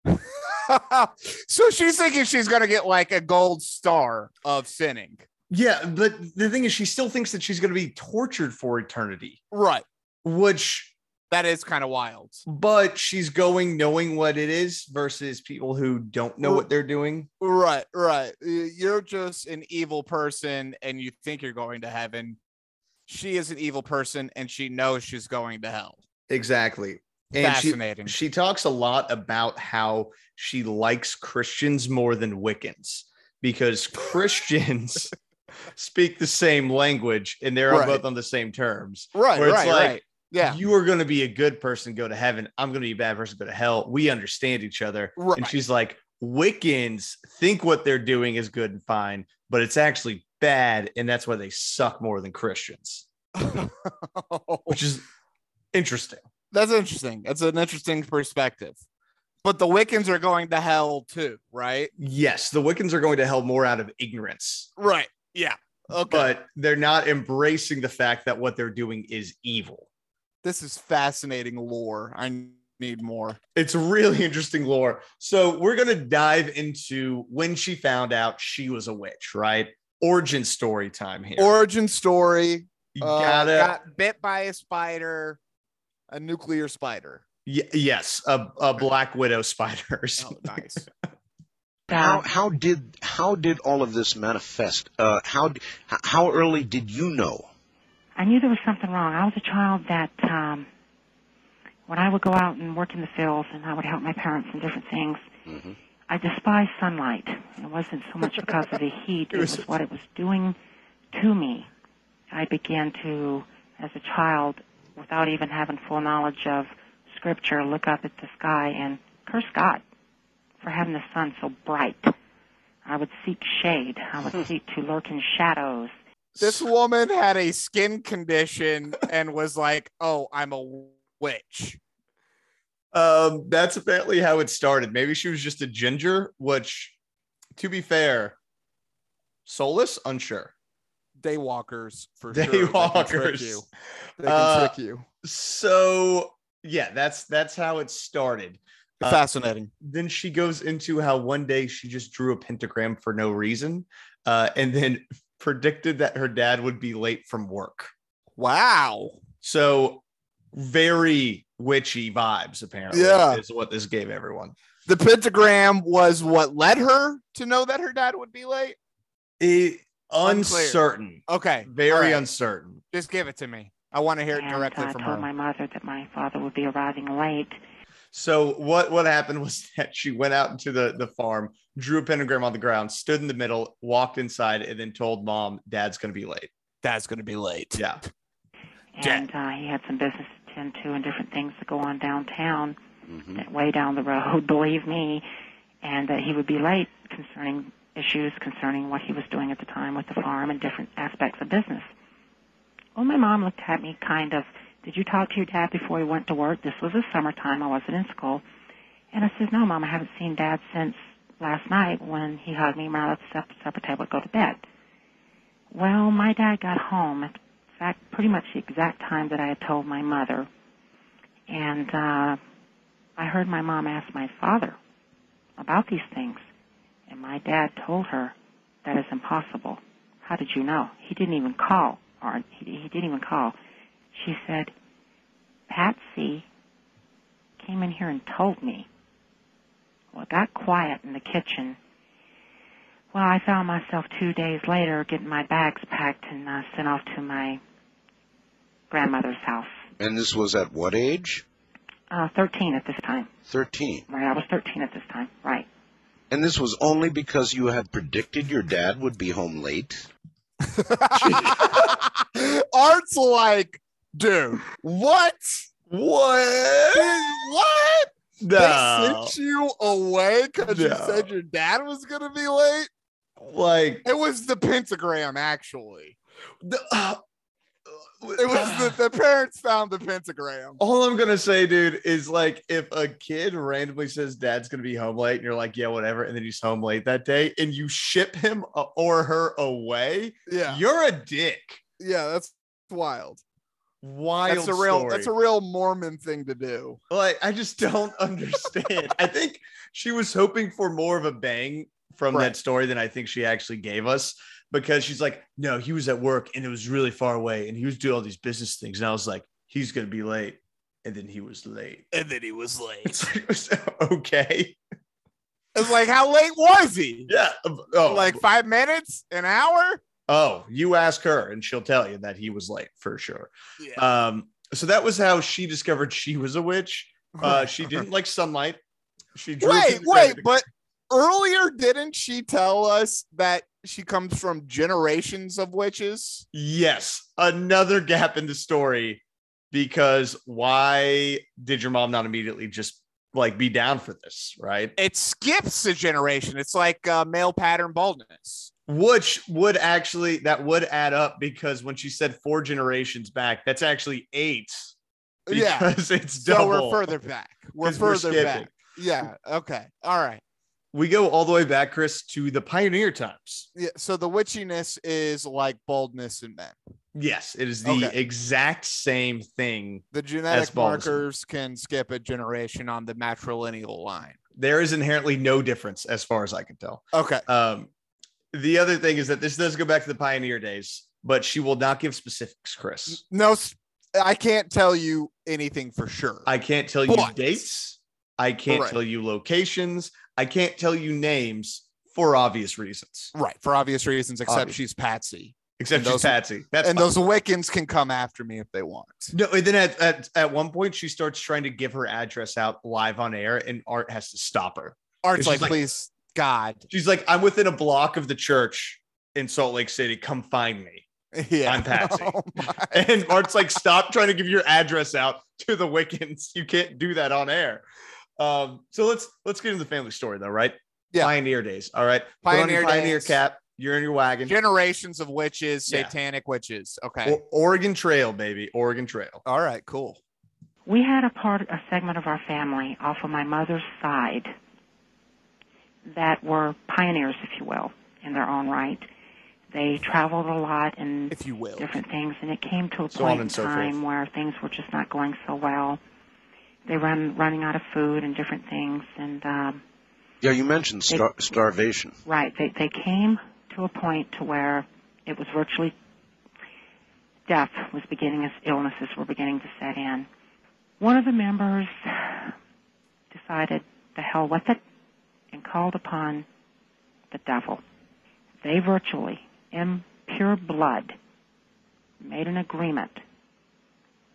[laughs] so she's thinking she's going to get like a gold star of sinning.
Yeah, but the thing is, she still thinks that she's going to be tortured for eternity,
Right.
which
That is kind of wild.
but she's going knowing what it is versus people who don't know what they're doing.
Right, right. Y- You're just an evil person and you think you're going to heaven. She is an evil person and she knows she's going to hell.
Exactly. she-
Fascinating.
She talks a lot about how she likes Christians more than Wiccans
[laughs]
because Christians speak the same language and they're all
Right.
both on the same terms.
right,
where it's
right,
like-
right. Yeah.
You are going to be a good person, go to heaven. I'm going to be a bad person, go to hell. We understand each other. And
Right.
she's like, Wiccans think what they're doing is good and fine, but it's actually bad. And that's why they suck more than Christians, which is interesting.
[laughs] That's interesting. That's an interesting perspective. But the Wiccans are going to hell too, right?
Yes, the Wiccans are going to hell more out of ignorance.
Right. Yeah. Okay.
but they're not embracing the fact that what they're doing is evil.
this is fascinating lore. I need more.
It's really [laughs] interesting lore. So we're going to dive into when she found out she was a witch, right? Origin story time here.
Origin story.
you
uh,
gotta,
got bit by a spider, a nuclear spider.
y- yes, a, a black widow spider. or
Oh,
something.
[laughs]
[laughs]
nice.
How,
God,
how did how did all of this manifest? Uh, how d- h- how early did you know?
I knew there was something wrong. I was a child that um, when I would go out and work in the fields and I would help my parents in different things,
hmm
I despised sunlight. It wasn't so much because of the heat, it was what it was doing to me. I began to, as a child, without even having full knowledge of scripture, look up at the sky and curse God for having the sun so bright. I would seek shade. I would seek to lurk in shadows.
this woman had a skin condition and was like, "Oh, I'm a witch."
Um, that's apparently how it started. Maybe she was just a ginger, which, to be fair, soulless, unsure.
Daywalkers for sure. They can trick
Daywalkers.
you. They can
Uh,
trick you.
so yeah that's that's how it started Uh,
Fascinating.
then she goes into how one day she just drew a pentagram for no reason uh, and then [laughs] predicted that her dad would be late from work.
Wow.
So very witchy vibes apparently
Yeah.
is what this gave everyone.
The pentagram was what led her to know that her dad would be late.
It,
Unclear.
uncertain.
Okay.
Very
All right.
uncertain.
Just give it to me. I want to hear it
and
directly
I
from
told
her.
my mother that my father would be arriving late.
So what what happened [laughs] was that she went out into the the farm, drew a pentagram on the ground, stood in the middle, walked inside, and then told mom, "Dad's going to be late."
Dad's going to be late.
Yeah.
Yeah.
And uh, he had some business to tend to and different things to go on downtown,
hmm
that way down the road, [laughs] believe me, and that he would be late concerning issues concerning what he was doing at the time with the farm and different aspects of business. Well, my mom looked at me kind of, did you talk to your dad before he went to work? This was the summertime. I wasn't in school. And I said, no, Mom, I haven't seen Dad since last night when he hugged me when I left the sup- supper table to go to bed. Well, my dad got home at in fact, pretty much the exact time that I had told my mother. And uh, I heard my mom ask my father about these things. And my dad told her, that is impossible. How did you know? He didn't even call, or he, he didn't even call. She said, Patsy came in here and told me. Well, it got quiet in the kitchen. Well, I found myself two days later getting my bags packed and uh, sent off to my grandmother's house.
And this was at what age?
Uh, 13 at this time,
13.
right? I was 13 at this time, right?
And this was only because you had predicted your dad would be home late?
[laughs] Art's like, dude, what?
What?
What? They
No.
sent you away because you
No.
said your dad was going to be late?
Like
It was the pentagram, actually.
the, uh,
It was
[sighs]
the, the parents found the pentagram.
all I'm gonna say, dude, is like if a kid randomly says dad's gonna be home late, and you're like, yeah, whatever, and then he's home late that day, and you ship him uh, or her away,
Yeah.
you're a dick.
Yeah, that's wild.
Wild.
That's a real
Story.
that's a real Mormon thing to do.
Like, I just
[laughs]
don't understand. I think she was hoping for more of a bang from
Right.
that story than I think she actually gave us because she's like, no, he was at work and it was really far away and he was doing all these business things. And I was like, he's going to be late. And then he was late.
And then he was late.
It's
[laughs]
like, okay.
It's like, how late was he?
Yeah. Oh,
Like five minutes? An hour?
oh, you ask her and she'll tell you that he was late for sure.
Yeah.
Um, so that was how she discovered she was a witch. Uh, she didn't like sunlight. She drew
wait,
things-
wait, but earlier didn't she tell us that she comes from generations of witches?
Yes, another gap in the story because why did your mom not immediately just like be down for this, right?
It skips a generation. It's like uh, male pattern baldness.
Which would actually that would add up because when she said four generations back, that's actually eight.
Yeah.
Because it's [laughs]
So
double.
we're further back. We're
'Cause we're
further
skipping.
back. Yeah. Okay. All right.
We go all the way back, Chris, to the pioneer times.
Yeah. So the witchiness is like baldness in men.
Yes, it is the
Okay.
exact same thing.
The genetic
baldness.
markers can skip a generation on the matrilineal line.
There is inherently no difference as far as I can tell.
Okay.
Um, the other thing is that this does go back to the pioneer days, but she will not give specifics, Chris.
No, s- I can't tell you anything for sure.
I can't tell you
But-
dates. I can't
Right.
tell you locations. I can't tell you names for obvious reasons.
right. For obvious reasons, except
Obvious.
she's Patsy.
Except
And
she's
those-
Patsy. That's
and
fine.
those Wiccans can come after me if they want.
no. And then at, at at one point, she starts trying to give her address out live on air, and Art has to stop her.
Art's
It's
like,
just like-
please, God. [laughs]
She's like, "I'm within a block of the church in Salt Lake City. Come find me." [laughs]
Yeah.
I'm Patsy.
[laughs] Oh my-
And Mart's like, stop trying to give your address out to the Wiccans. You can't do that on air. Um, so let's let's get into the family story though, right?
Yeah.
Pioneer days. All right. Put on your
Pioneer
pioneer
days.
cap. You're in your wagon.
Generations of witches,
Yeah.
satanic witches. Okay.
O- Oregon Trail, baby. Oregon Trail.
All right, cool.
We had a part, a segment of our family off of my mother's side that were pioneers, if you will, in their own right. They traveled a lot and
If you will.
different things, and it came to a
So on and
point in
so
time
forth.
where things were just not going so well. they run running out of food and different things and um
Yeah, you mentioned star- starvation.
Right. They they came to a point to where it was virtually death was beginning as illnesses were beginning to set in. One of the members decided the hell with it and called upon the devil. They virtually, in pure blood, made an agreement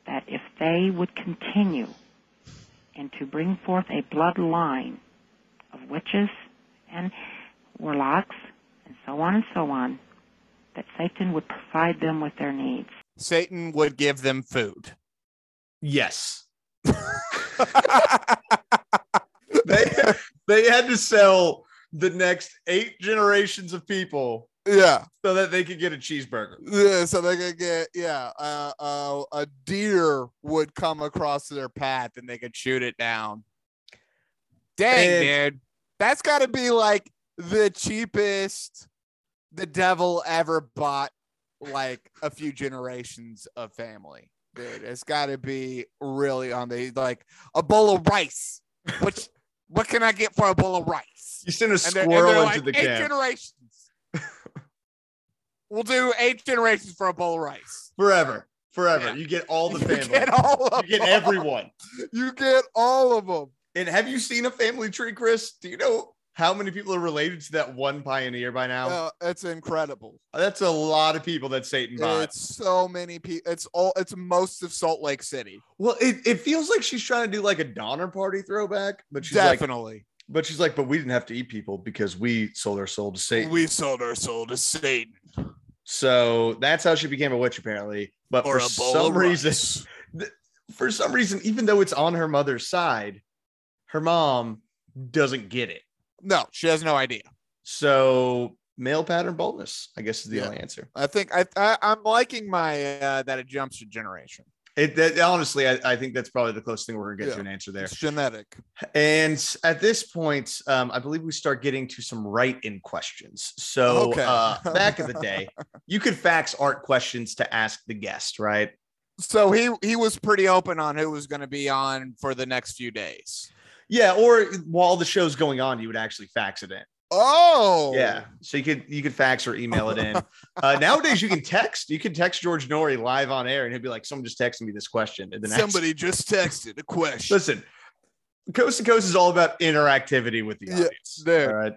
that if they would continue and to bring forth a bloodline of witches and warlocks and so on and so on, that Satan would provide them with their needs.
Satan would give them food.
[laughs] Yes. They they had to sell the next eight generations of people
yeah.
so that they could get a cheeseburger.
Yeah, so they could get yeah uh, uh, a deer would come across their path and they could shoot it down dang
And-
dude that's got to be like the cheapest the devil ever bought like a few generations of family dude it's got to be really on the like a bowl of rice which what can i get for a bowl of rice
You send a
and they're- and
squirrel
they're
into the
like, eight
camp. [laughs]
generations. we'll do eight generations for a bowl of rice.
forever, forever.
Yeah.
You get all the
[laughs] You
family.
get all of
you get
them.
everyone.
You get all of them.
And have you seen a family tree, Chris? Do you know how many people are related to that one pioneer by now?
Uh, it's incredible.
That's a lot of people that Satan bought.
It's so many people. It's all. It's most of Salt Lake City.
well, it, it feels like she's trying to do like a Donner Party throwback, but she's like,
Definitely,
but she's like, but we didn't have to eat people because we sold our soul to Satan.
we sold our soul to Satan
so that's how she became a witch, apparently. But
for
for
a bowl
some
of
reason,
rice.
for some reason, even though it's on her mother's side, her mom doesn't get it.
No, she has no idea.
So male pattern baldness, I guess, is the
Yeah.
only answer.
I think I, I I'm liking my uh, that it jumps a generation.
It that, honestly, I, I think that's probably the closest thing we're gonna get
Yeah.
to an answer there.
It's genetic.
And at this point, um, I believe we start getting to some write-in questions. So
Okay.
uh, back
[laughs]
in the day, you could fax art questions to ask the guest, right?
So he he was pretty open on who was going to be on for the next few days.
Yeah, or while the show's going on, you would actually fax it in.
Oh,
Yeah, so you could you could fax or email it in. uh, nowadays, you can text. You can text George Norrie live on air, and he'll be like, "Someone just texted me this question," and then ask-
Somebody just texted a question.
Listen, Coast to Coast is all about interactivity with the
Yeah,
audience.
dude.
All right.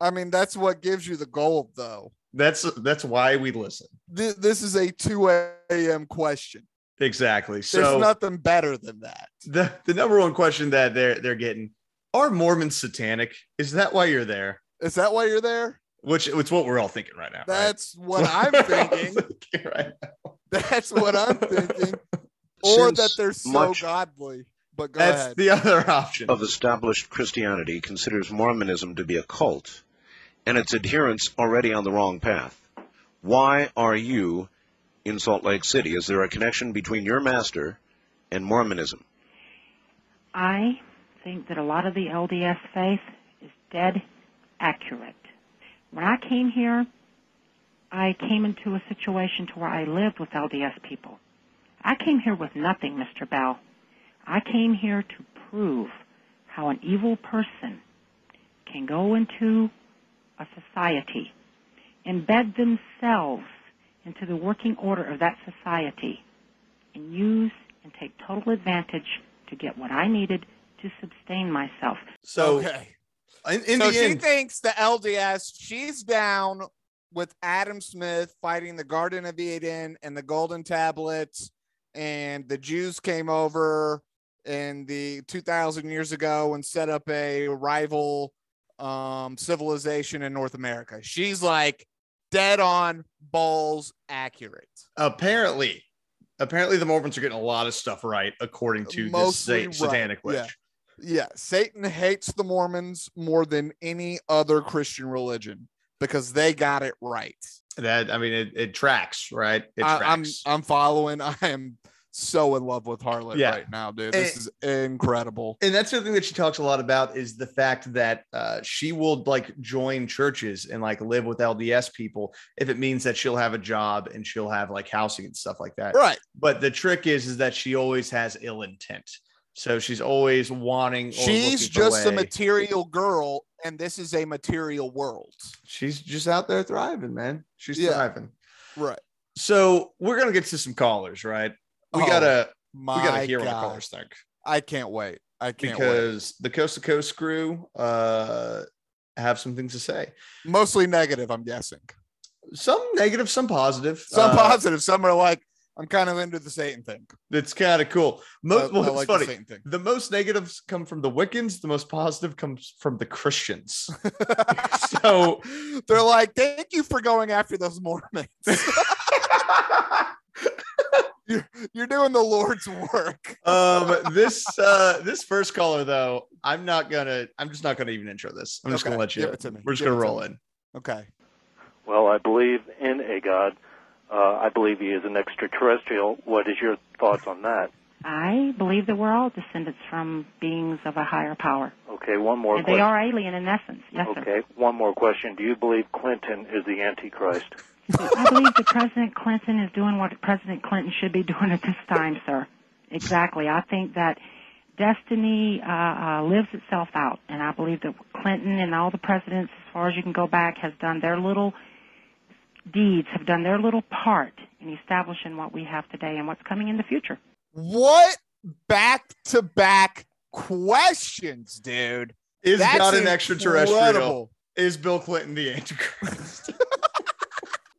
I mean, that's what gives you the gold, though.
That's that's why we listen.
Th- this is a 2 a.m. question.
Exactly. So
There's nothing better than that.
the, the number one question that they're they're getting are Mormons satanic? Is that why you're there?
Is that why you're there?
Which it's what we're all thinking right now. right?
That's what
[laughs]
I'm thinking.
right.
That's what I'm thinking. Or that
Since
they're so
much
godly. But go
That's
ahead.
the other option.
of established Christianity considers Mormonism to be a cult and its adherents already on the wrong path. Why are you in Salt Lake City? Is there a connection between your master and Mormonism?
I think that a lot of the LDS faith is dead accurate. When I came here, I came into a situation to where I lived with LDS people. I came here with nothing, Mr. Bell. I came here to prove how an evil person can go into a society, embed themselves into the working order of that society, and use and take total advantage to get what I needed to sustain myself.
so
okay.
in, in
so
the
she
end,
thinks the LDS, she's down with Adam Smith fighting the Garden of Eden and the Golden Tablets, and the Jews came over in the 2,000 years ago and set up a rival um, civilization in North America. She's like dead on balls accurate.
apparently, apparently the Mormons are getting a lot of stuff right according to
Mostly
this sa- satanic
right,
witch.
yeah. Yeah, Satan hates the Mormons more than any other Christian religion because they got it right.
That I mean, it, it tracks, right? It
I, am
tracks.
I'm following. [laughs] I am so in love with Harlot
Yeah.
right now, dude. This is incredible.
and that's the thing that she talks a lot about is the fact that uh, she will like join churches and like live with LDS people if it means that she'll have a job and she'll have like housing and stuff like that.
Right.
But the trick is is that she always has ill intent. So she's always wanting. or
She's
looking for
just a
way.
material girl, and this is a material world.
she's just out there thriving, man. She's
Yeah.
thriving.
Right.
So we're gonna get to some callers, right? We
Oh,
gotta
My
we gotta hear what
God.
our callers think
I can't wait. I can't wait.
because the coast to coast crew uh, have some things to say.
Mostly negative, I'm guessing.
Some negative, some positive.
Some
Uh,
positive. Some are like, I'm kind of into the Satan thing.
That's kind of cool. Most
I- I
well, it's
like
funny.
the Satan thing. [laughs]
The most negatives come from the Wiccans. The most positive comes from the
[laughs]
Christians. [laughs] so
They're like, thank you for going after those Mormons. [laughs] you're, you're doing the Lord's work.
um this uh this first caller though i'm not gonna i'm just not gonna even intro this i'm just
Okay,
gonna let you
give it to me.
we're just
Give
gonna
it to
roll
me.
in
Okay.
Well, I believe in a God. Uh, I believe he is an extraterrestrial. What is your thoughts on that?
I believe that we're all descendants from beings of a higher power.
Okay, one more
And they
question.
are alien in essence. Yes, sir.
okay, one more question. Do you believe Clinton is the Antichrist?
I believe that President Clinton is doing what President Clinton should be doing at this time, sir. Exactly. I think that destiny uh, uh, lives itself out, and I believe that Clinton and all the presidents, as far as you can go back, has done their little deeds, have done their little part in establishing what we have today and what's coming in the future.
What back to back questions, dude?
is
That's
god an extraterrestrial
incredible.
is bill clinton the antichrist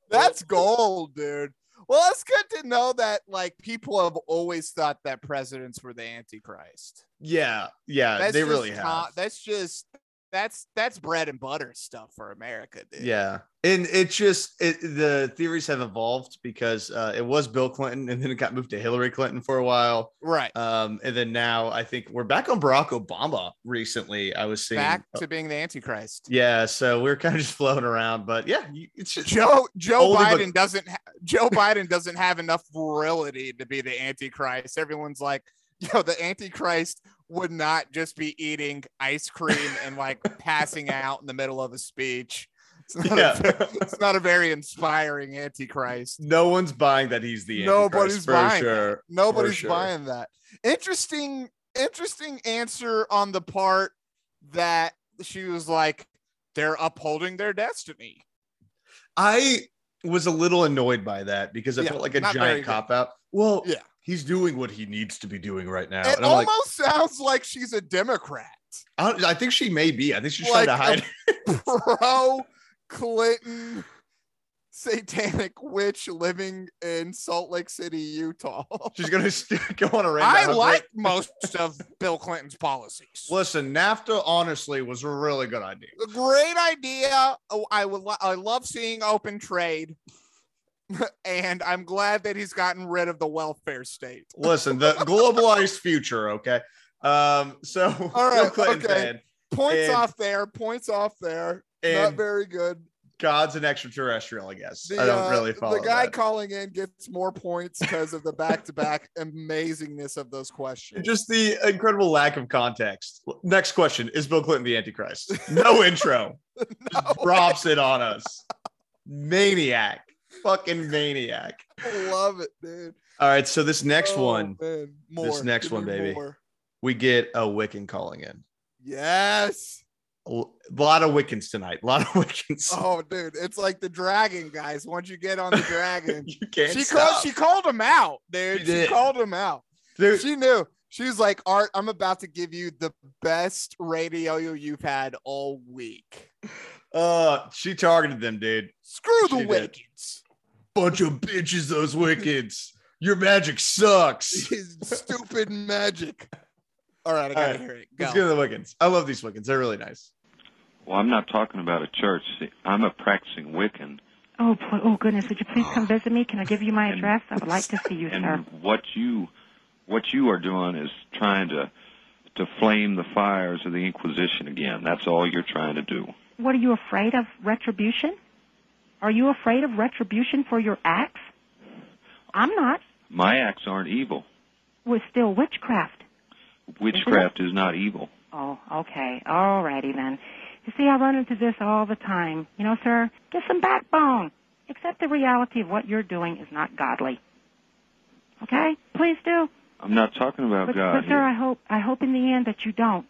That's gold, dude. Well, it's good to know that like people have always thought that presidents were the Antichrist.
[laughs] yeah yeah
That's
Uh, they
just
really have
not- that's just that's that's bread and butter stuff for America, dude.
yeah and it just it, the theories have evolved because uh, it was bill clinton and then it got moved to hillary clinton for a while
Right.
um, and then now i think we're back on barack obama recently i was seeing Oh,
Back to being the Antichrist.
yeah so we're kind of just [laughs] floating around but yeah you- it's just
Joe Joe
Only but-
Biden doesn't ha- Joe [laughs] Biden doesn't have enough virility to be the Antichrist. Everyone's like, [laughs] yo, the Antichrist would not just be eating ice cream
[laughs]
and like passing out in the middle of a speech. It's not, a,
Yeah.
ve- [laughs] it's not a very inspiring
[laughs]
Antichrist.
no one's buying that he's the Antichrist
Nobody's
for
buying
sure.
Nobody's
sure.
buying that. Interesting, interesting answer on the part that she was like, they're upholding their destiny.
I was a little annoyed by that because it
Yeah,
felt like a
not very
giant
good.
cop out. Well,
Yeah.
he's doing what he needs to be doing right now,
It
and I'm like,
almost sounds like she's a Democrat.
I, don't- I think she may be. I think she's
Like
trying to hide. [laughs]
pro Clinton satanic witch living in Salt Lake City, Utah.
she's gonna [laughs] st- go on a rant.
I
about it.
like most of Bill Clinton's policies.
Listen, NAFTA honestly was a really good idea.
A Great idea. Oh, I would. Lo- I love seeing open trade, and I'm glad that he's gotten rid of the welfare state.
Listen,
[laughs]
the globalized future. Okay. Um. So [laughs]
All
Bill
right,
Clinton
okay.
said,
Points
And-
off there. Points off there. Not
and
very good.
God's an extraterrestrial. I guess
The,
I
uh,
don't really follow
The guy
that.
calling in gets more points because of the back-to-back amazingness of those questions.
just the incredible lack of context. Next question Is Bill Clinton the Antichrist? No intro.
[laughs]
Just drops it on us. Maniac. Fucking maniac.
Love it, dude.
All right. So, this next
Oh,
one,
man.
next
Give
one,
me
baby.
more.
we get a Wiccan calling in.
Yes.
A l- lot of Wiccans tonight. A lot of [laughs] Wiccans.
Oh, dude, it's like the dragon guys. Once you get on the
[laughs]
dragon,
you can't.
she
stop.
called. She called him out, dude.
She
She,
did.
called him out.
Dude,
She knew. She was like, "Art, I'm about to give you the best radio you've had all week.
uh, she targeted them, dude.
Screw
She
the
did.
Wiccans.
Bunch of bitches, those Wiccans. Your magic sucks.
His stupid magic." All right, I gotta
right,
hear it.
[laughs]
Go.
Let's get to the Wiccans. I love these Wiccans. They're really nice.
Well, I'm not talking about a church. See, I'm a practicing Wiccan,
Oh, pl- oh goodness! Would you please come visit me? Can I give you my
And-
address? I would like to see you, sir.
and what you what you are doing is trying to to flame the fires of the Inquisition again. That's all you're trying to do.
What are you afraid of? Retribution? Are you afraid of retribution for your acts? I'm not.
My acts aren't evil.
We're still witchcraft.
Witchcraft is not evil.
Oh, okay. All righty then. You see, I run into this all the time. You know, sir, get some backbone. Accept the reality of what you're doing is not godly. Okay? Please do.
I'm not talking about
But,
God
but sir,
here.
I hope I hope in the end that you don't.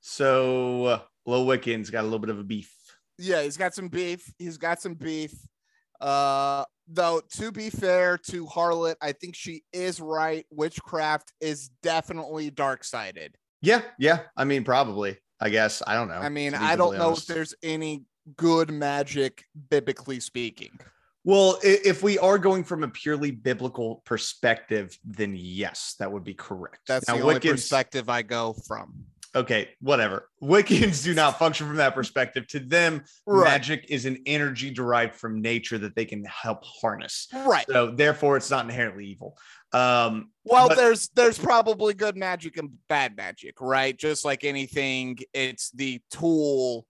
So uh, Lil Wiccan's got a little bit of a beef.
yeah, he's got some beef. He's got some beef. Uh, though, to be fair to Harlot, I think she is right. Witchcraft is definitely dark sided.
Yeah, yeah. I mean, probably. I guess I don't know.
I mean,
to be
I don't
completely
know
honest.
if there's any good magic, biblically speaking.
Well, i- if we are going from a purely biblical perspective, then yes, that would be correct.
That's
Now,
the only
Wiccans-
perspective I go from.
okay, whatever. Wiccans do not function from that perspective. To them, magic is an energy derived from nature that they can help harness.
Right.
So therefore, it's not inherently evil. Um,
Well,
But-
there's there's probably good magic and bad magic, right? Just like anything, it's the tool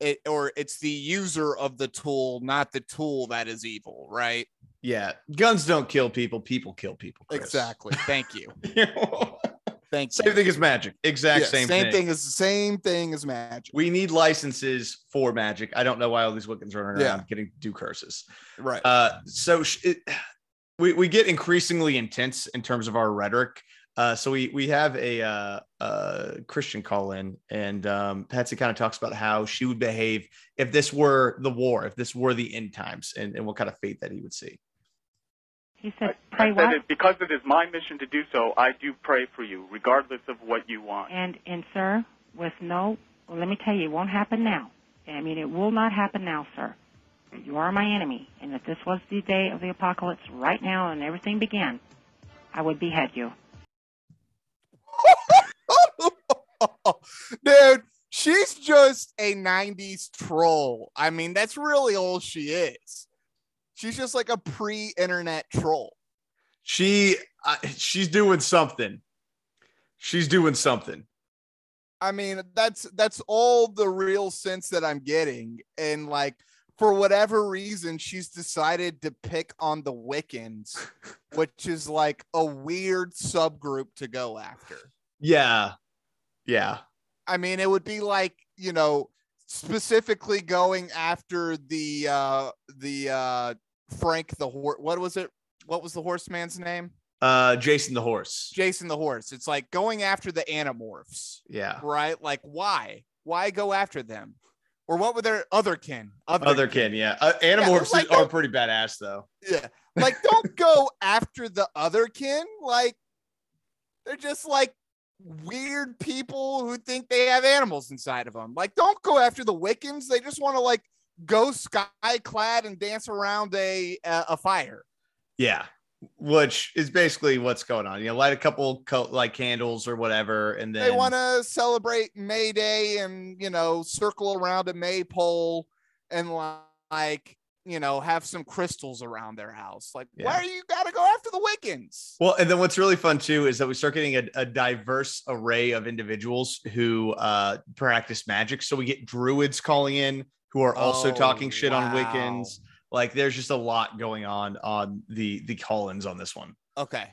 it, or it's the user of the tool, not the tool that is evil, right?
yeah, guns don't kill people; people kill people. Chris.
Exactly. Thank you. Thank you.
[laughs] same thing as magic. Exact
Yeah,
same,
thing. is the same thing as magic.
We need licenses for magic. I don't know why all these Wiccans are running
Yeah.
around getting do curses.
Right.
Uh, so sh- it, we, we get increasingly intense in terms of our rhetoric. Uh, so we we have a uh, uh, Christian call in, and um, Patsy kind of talks about how she would behave if this were the war, if this were the end times, and, and what kind of fate that he would see.
He
I,
said,
I
"Pray
said
what?"
it because it is my mission to do so. I do pray for you, regardless of what you want.
And and sir, with no, well, let me tell you, it won't happen now. I mean, it will not happen now, sir. You are my enemy, and if this was the day of the apocalypse right now and everything began, I would behead you.
[laughs] Dude, she's just a 90s troll. I mean, that's really all she is. She's just like a pre-internet troll.
She uh, she's doing something. She's doing something.
I mean, that's that's all the real sense that I'm getting. And like for whatever reason, she's decided to pick on the Wiccans, which is like a weird subgroup to go after.
Yeah, yeah.
I mean, it would be like you know, specifically going after the uh the uh Frank the horse. What was it? What was the horseman's name?
Uh, Jason the horse.
Jason the horse. It's like going after the animorphs,
Yeah,
right? Like, why? Why go after them? Or what were their other kin?
other kin. Yeah, uh, animorphs
like
are
a-
pretty badass though.
Yeah. Like, don't go after the other kin. Like, they're just like weird people who think they have animals inside of them. Like, don't go after the Wiccans. They just want to like go sky clad and dance around a uh, a fire.
Yeah, which is basically what's going on. You know, light a couple co- like candles or whatever, and then
They want to celebrate May Day and you know circle around a maypole and like you know have some crystals around their house. Like, why
Yeah.
are you gotta go after the Wiccans?
Well, and then what's really fun too is that we start getting a, a diverse array of individuals who uh, practice magic. So we get druids calling in who are also
Oh,
talking shit on
wow.
Wiccans. Like, there's just a lot going on on the the call-ins on this one.
Okay.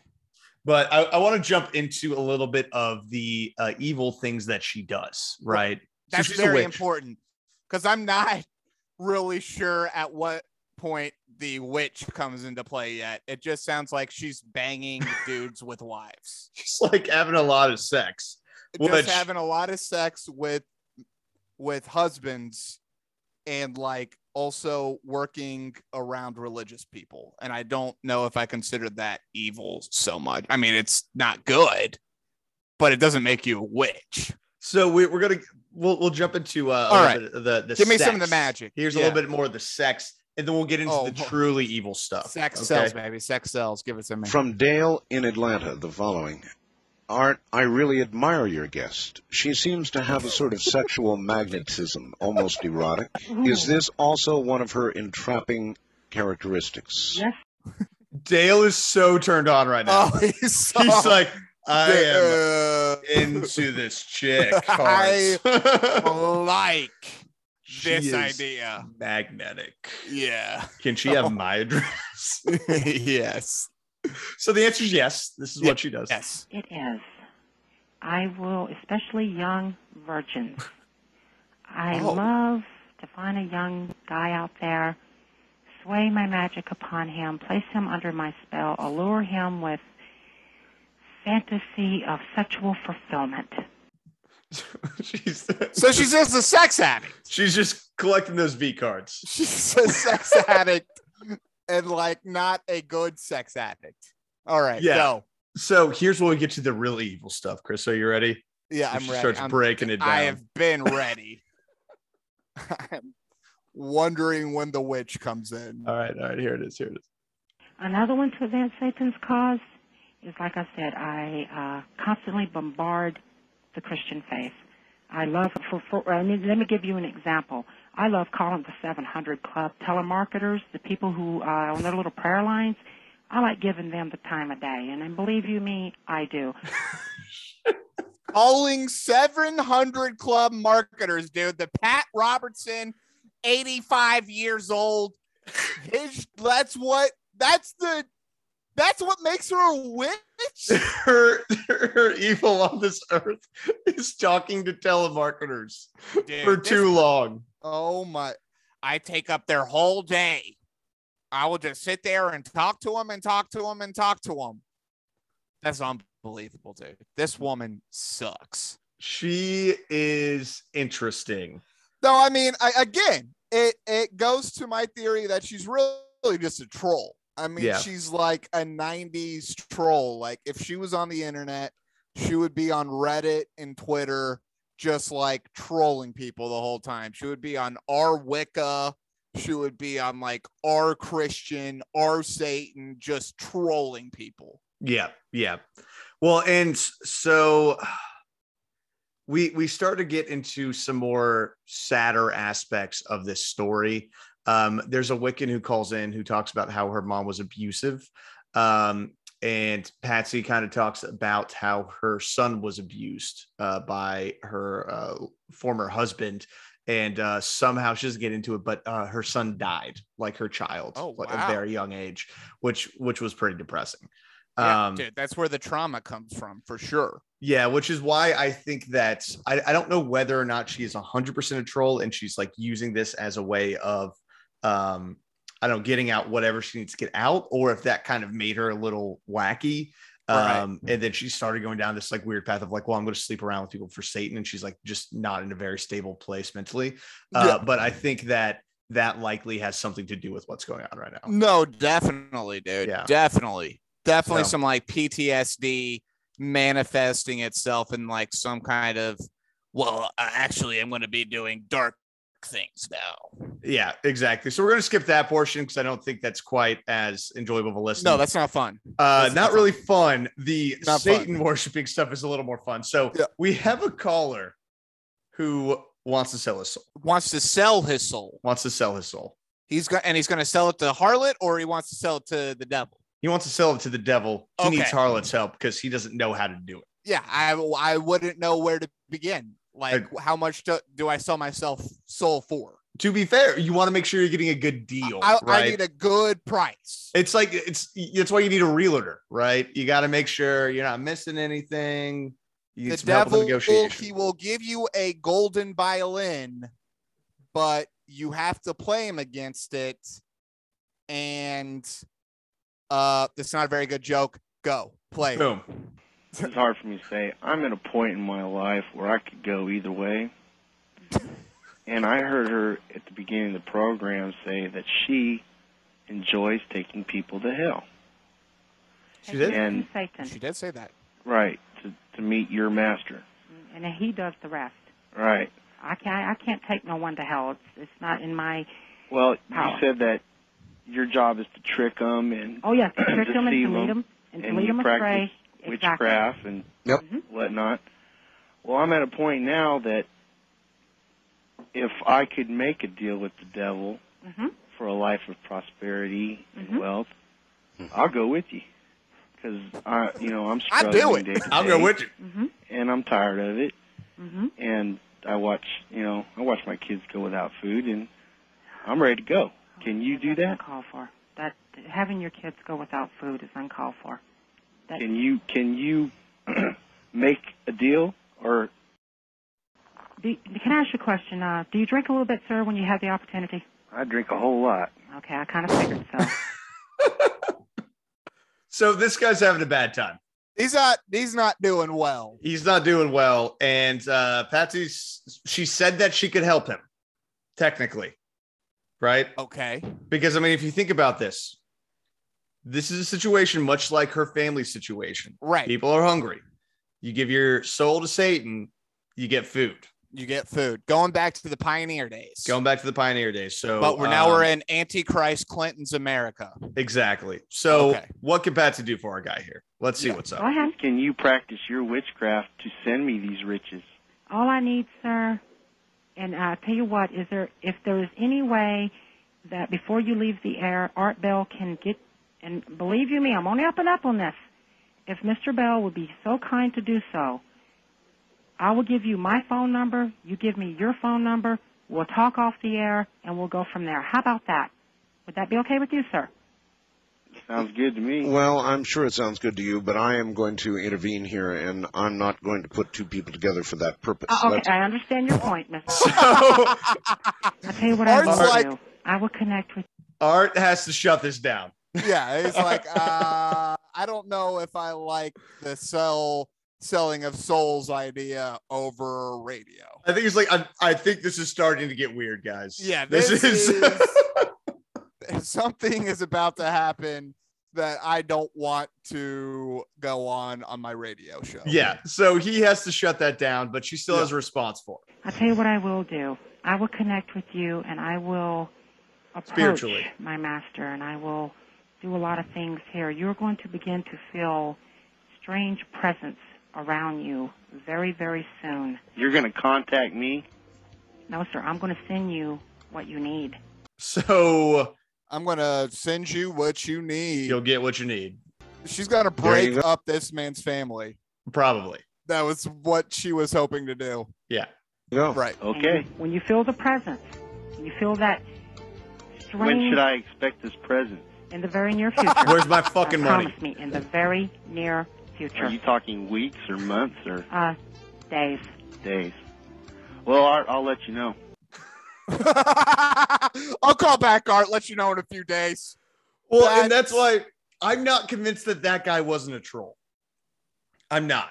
But I, I want to jump into a little bit of the uh, evil things that she does. Right? So
That's
she's a
very
witch.
important because I'm not really sure at what point the witch comes into play yet. It just sounds like she's banging dudes with wives,
[laughs] She's like having a lot of sex. Which-
just having a lot of sex with with husbands, and like also working around religious people. And I don't know if I consider that evil so much. I mean, it's not good, but it doesn't make you a witch.
So we, we're gonna we'll we'll jump into uh, a
All
little
right.
bit of the, the
Give me some of the
sex.
magic.
Here's a
Yeah.
little bit more of the sex, and then we'll get into
Oh,
the
well,
truly evil stuff.
Sex
okay?
sells, baby. Sex sells. Give it to me.
From Dale in Atlanta, the following. Art, I really admire your guest. She seems to have a sort of sexual magnetism, almost erotic. Is this also one of her entrapping characteristics?
Yes,
Dale is so turned on right now.
[laughs] Oh, he's,
[laughs]
so-
He's
[laughs]
like, I am
Uh,
into this chick.
I- [laughs]
Hearts."
like
[laughs] She
this
is
idea. Oh.
magnetic.
Yeah.
Can she have my address?
[laughs]
[laughs]
yes.
so the answer is yes. This is what she does.
Yes.
it is. I will, especially young virgins. I
Oh.
love to find a young guy out there, sway my magic upon him, place him under my spell, allure him with fantasy of sexual fulfillment.
[laughs] she's,
So she's just a sex
[laughs]
addict.
she's just collecting those V cards.
She's
[laughs]
a sex addict and like not a good sex addict. All right.
Yeah.
Go.
So here's where we get to the real evil stuff, Chris. Are you ready?
Yeah, I'm
she
ready.
starts
I'm-
breaking it down.
I have been ready. [laughs] I'm wondering when the witch comes in.
All right, all right. Here it is. Here it is.
Another one to advance Satan's cause is, like I said, I uh, constantly bombard the Christian faith. I love, for, for, I mean, let me give you an example. I love calling the 700 Club telemarketers, the people who uh, on their little prayer lines. I like giving them the time of day, and, and believe you me, I do.
Calling 700 club marketers, dude. The Pat Robertson, 85 years old. His, that's what. That's the. That's what makes her a witch.
her, her evil on this earth is talking to telemarketers [laughs]
Dude,
for
this-
too long.
Oh my! I take up their whole day. I will just sit there and talk to them and talk to them and talk to them. That's unbelievable, dude. This woman sucks.
She is interesting.
No, I mean, I, again, it it goes to my theory that she's really just a troll. I mean,
Yeah.
she's like a '90s troll. Like if she was on the internet, she would be on Reddit and Twitter, just like trolling people the whole time. She would be on our Wicca. She would be on like our Christian, our Satan, just trolling people.
Yeah, yeah. Well, and s- so [sighs] we we start to get into some more sadder aspects of this story. Um, there's a Wiccan who calls in who talks about how her mom was abusive. Um, and Patsy kind of talks about how her son was abused uh, by her uh, former husband. And uh, somehow she doesn't get into it, but uh, her son died like her child,
Oh,
like a
wow.
very young age, which which was pretty depressing. Um,
Yeah, dude, that's where the trauma comes from for sure.
Yeah, which is why I think that I, I don't know whether or not she is 100% a troll and she's like using this as a way of, um, I don't know, getting out whatever she needs to get out, or if that kind of made her a little wacky.
Right.
Um, And then she started going down this like weird path of like, well, I'm going to sleep around with people for Satan. And she's like, just not in a very stable place mentally. Uh, But I think that that likely has something to do with what's going on right now.
No, definitely, dude.
Yeah.
Definitely. Definitely
So-
some like PTSD manifesting itself in like some kind of, well, uh, actually, I'm going to be doing dark things now.
Yeah, exactly. So we're going to skip that portion because I don't think that's quite as enjoyable of a listen.
No, that's not fun.
Uh,
That's
not
not
really fun. The
Not fun.
Satan worshiping stuff is a little more fun. So
Yeah.
we have a caller who wants to sell his soul.
Wants to sell his soul.
Wants to sell his soul.
He's got, and he's going to sell it to harlot or he wants to sell it to the devil.
He wants to sell it to the devil. He
Okay.
needs Harlot's help because he doesn't know how to do it.
Yeah. I, I wouldn't know where to begin. Like, how much do, do I sell myself soul for?
To be fair, you want to make sure you're getting a good deal,
I,
right?
I need a good price.
it's like it's that's why you need a realtor, right? You got to make sure you're not missing anything. You
the
need some help with
devil
the
will,
negotiation.
he will give you a golden violin but you have to play him against it and uh it's not a very good joke go play
Boom.
It's hard for me to say. I'm at a point in my life where I could go either
[laughs]
way. And I heard her at the beginning of the program say that she enjoys taking people to hell.
[laughs] She did?
And-
Satan,
she did say that
Right. To, to meet your master.
and he does the rest.
Right.
I can't, I can't take no one to hell. It's, it's not in my.
Well, you
Power.
said that your job is to trick them and
Oh
[coughs]
yes, to trick them and
Deceive
to lead
'em,
them and to
and
lead
you
them astray.
practice
Exactly. Mm-hmm.
witchcraft and
Yep.
whatnot. Well, I'm at a point now that if I could make a deal with the devil
hmm
for a life of prosperity and
Mhm.
wealth,
Mhm.
I'll go with you. Because I, you know, I'm
I'd
struggling
do it.
day to
I'll
day,
go with you.
hmm
and I'm tired of it.
hmm
And I watch, you know, I watch my kids go without food, and I'm ready to go. Can you do that?
That's uncalled for. That having your kids go without food is uncalled for. That
Can you can you [clears throat] make a deal or
do, can I ask you a question? Uh, do you drink a little bit, sir, when you have the opportunity?
I drink a whole lot.
Okay,
[laughs]
I kind of figured so.
So this guy's having a bad time.
He's not. He's not doing well.
He's not doing well, and uh, Patsy's she said that she could help him, technically, right?
Okay.
Because I mean, if you think about this, this is a situation much like her family situation.
Right.
People are hungry. You give your soul to Satan, you get food.
You get food. Going back to the pioneer days.
Going back to the pioneer days, so
but we're now
um,
we're in Antichrist Clinton's America.
exactly. So,
Okay.
what can Patsy do for our guy here? Let's see what's up.
Go ahead.
Can you practice your witchcraft to send me these riches?
All I need, sir, and I tell you what, is there if there is any way that before you leave the air, Art Bell can get and believe you me, I'm only up and up on this. If Mr. Bell would be so kind to do so, I will give you my phone number. You give me your phone number. We'll talk off the air and we'll go from there. How about that? Would that be okay with you, sir?
Sounds good to me.
Well, I'm sure it sounds good to you, but I am going to intervene here, and I'm not going to put two people together for that purpose.
Uh, okay,
Let's-
I understand your point, Miss.
So,
I tell you what I
Art's
will
like-
do. I will connect with.
Art has to shut this down. [laughs]
Yeah, he's like, uh, I don't know if I like the sell selling of souls idea over radio.
I think it's like I, I think this is starting to get weird, guys.
Yeah,
this,
this
is, [laughs]
Oh, Something is [laughs] about to happen that I don't want to go on on my radio show.
yeah. So he has to shut that down, but she still has a response for it. [laughs]
I tell you what I will do. I will connect with you, and I will approach
Spiritually.
my master, and I will do a lot of things here. You're going to begin to feel strange presence around you very, very soon.
You're going to contact me?
No, sir, I'm going to send you what you need.
So
I'm gonna send you what you need.
you'll get what you need,
She's gonna
There you
break up this man's family.
probably.
That was what she was hoping to do.
Yeah. Oh.
Go.
Right. [laughs]
And
Okay.
when you feel the presence, when you feel that strange
When should I expect this present?
in the very near
[laughs]
future.
Where's my
I
fucking money?
promise me, in the very near future.
Are you talking weeks or months or
Uh, Dave.
days? Well, Art, I'll let you know.
I'll call back Art, let you know in a few days.
Well, and that's why I'm not convinced that that guy wasn't a troll. I'm not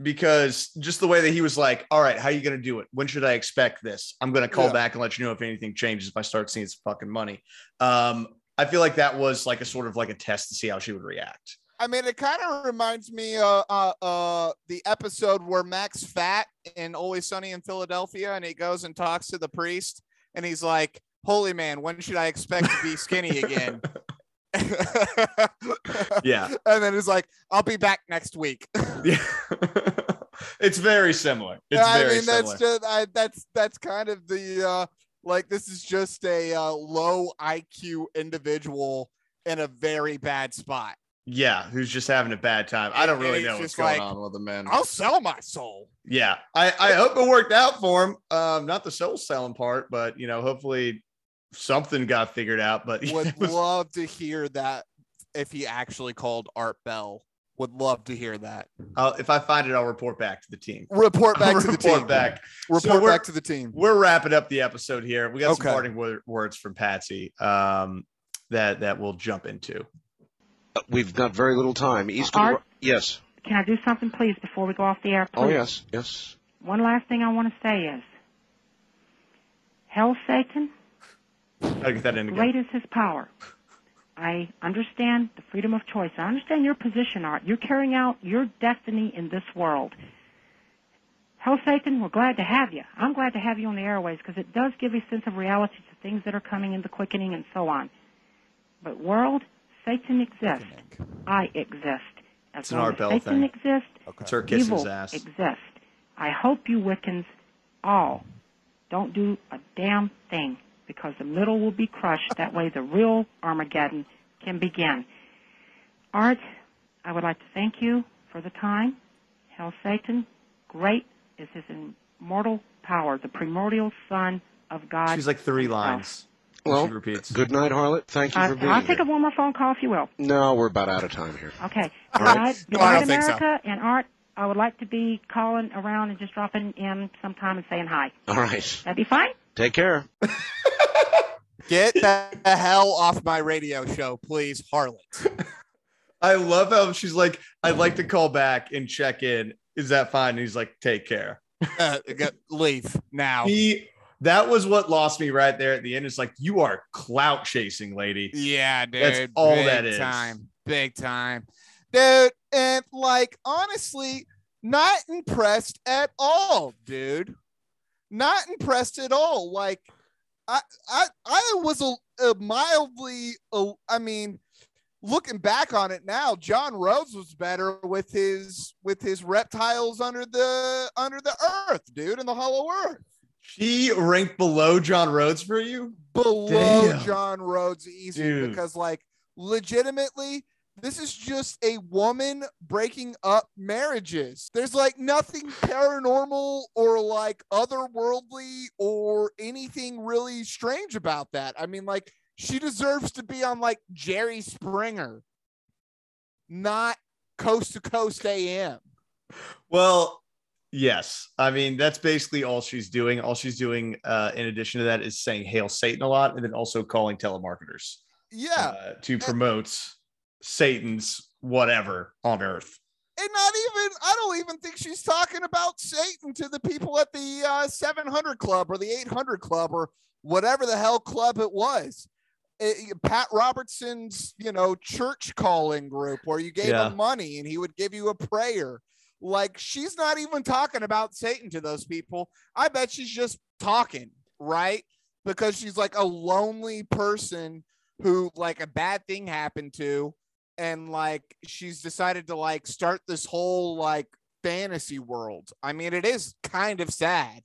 because just the way that he was like, "All right, how you going to do it? When should I expect this? I'm going to call
Yeah.
back and let you know if anything changes if I start seeing some fucking money." Um, I feel like that was like a sort of like a test to see how she would react.
I mean, it kind of reminds me uh, uh, uh, the episode where Max Fat in Always Sunny in Philadelphia, and he goes and talks to the priest, and he's like, "Holy man, when should I expect to be skinny
[laughs]
again?" [laughs]
Yeah,
and then he's like, "I'll be back next week." [laughs]
yeah. [laughs] it's very similar. It's
I
very
mean,
similar.
that's just I, that's that's kind of the uh, like this is just a uh, low IQ individual in a very bad spot.
yeah, who's just having a bad time? I don't
And
really
he's
know what's
just
going
like,
on with the man.
I'll sell my soul.
yeah i i hope it worked out for him um not the soul selling part but you know hopefully something got figured out but [laughs]
[laughs] would love to hear that if he actually called Art Bell. Would love to hear that.
I'll, if i find it i'll report back to the team
Report
[laughs]
back
I'll
to the
report
team.
back
Report
So we're-
back to the team.
we're wrapping up the episode here we got some
Okay.
parting wor- words from patsy um that that we'll jump into
Uh, We've got very little time. Eastern.
Art?
Yes.
Can I do something, please, before we go off the air? Please?
Oh, yes. Yes.
One last thing I want to say is Hell Satan,
i'll get that in again
great is his power. I understand the freedom of choice. I understand your position, Art. You're carrying out your destiny in this world. Hell Satan, we're glad to have you. I'm glad to have you on the airways because it does give a sense of reality to things that are coming in the quickening and so on. But world, Satan exists. I exist. As
It's an
long
Art
as
Bell
Satan
thing.
exists,
it's her kissing
evil
his ass
exists. I hope you Wiccans all don't do a damn thing because the middle will be crushed. That way the real Armageddon can begin. Art, I would like to thank you for the time. Hell Satan, great is his immortal power, the primordial son of God.
she's like three
himself.
lines
Well,
she repeats
good night, Harlot. Thank you
Uh,
for being
I'll
here.
take a one more phone call if you will.
No, we're about out of time here.
Okay.
All right.
Alright,
No, I don't
Good
think
night,
so.
America and Art. I would like to be calling around and just dropping in sometime and saying hi.
All right.
That'd be fine.
Take care.
Get the the hell off my radio show, please, Harlot.
I love how she's like, I'd like to call back and check in. Is that fine? And he's like, take care.
Uh, go- leave now.
He, that was what lost me right there at the end. It's like, you are clout chasing, lady.
Yeah, dude.
That's all
big
that is.
Time, big time, dude. And like, honestly, not impressed at all, dude. Not impressed at all. Like, I, I, I was a, a mildly. A, I mean, looking back on it now, John Rhodes was better with his with his reptiles under the under the earth, dude, in the Hollow Earth.
She ranked below John Rhodes for you.
below
Damn.
John Rhodes easy
Dude.
because like legitimately this is just a woman breaking up marriages. There's like nothing paranormal or like otherworldly or anything really strange about that. I mean like she deserves to be on like Jerry Springer. Not coast to coast AM.
Well, yes. I mean, that's basically all she's doing. All she's doing, uh, in addition to that, is saying "Hail Satan" a lot, and then also calling telemarketers
Yeah.
uh, to promote Satan's whatever on Earth.
and not even i don't even think she's talking about satan to the people at the uh, 700 club or the 800 club or whatever the hell club it was It- it- pat robertson's you know church calling group where you gave
Yeah.
him money and he would give you a prayer like she's not even talking about satan to those people i bet she's just talking right because she's like a lonely person who like a bad thing happened to and like she's decided to like start this whole like fantasy world. I mean, it is kind of sad.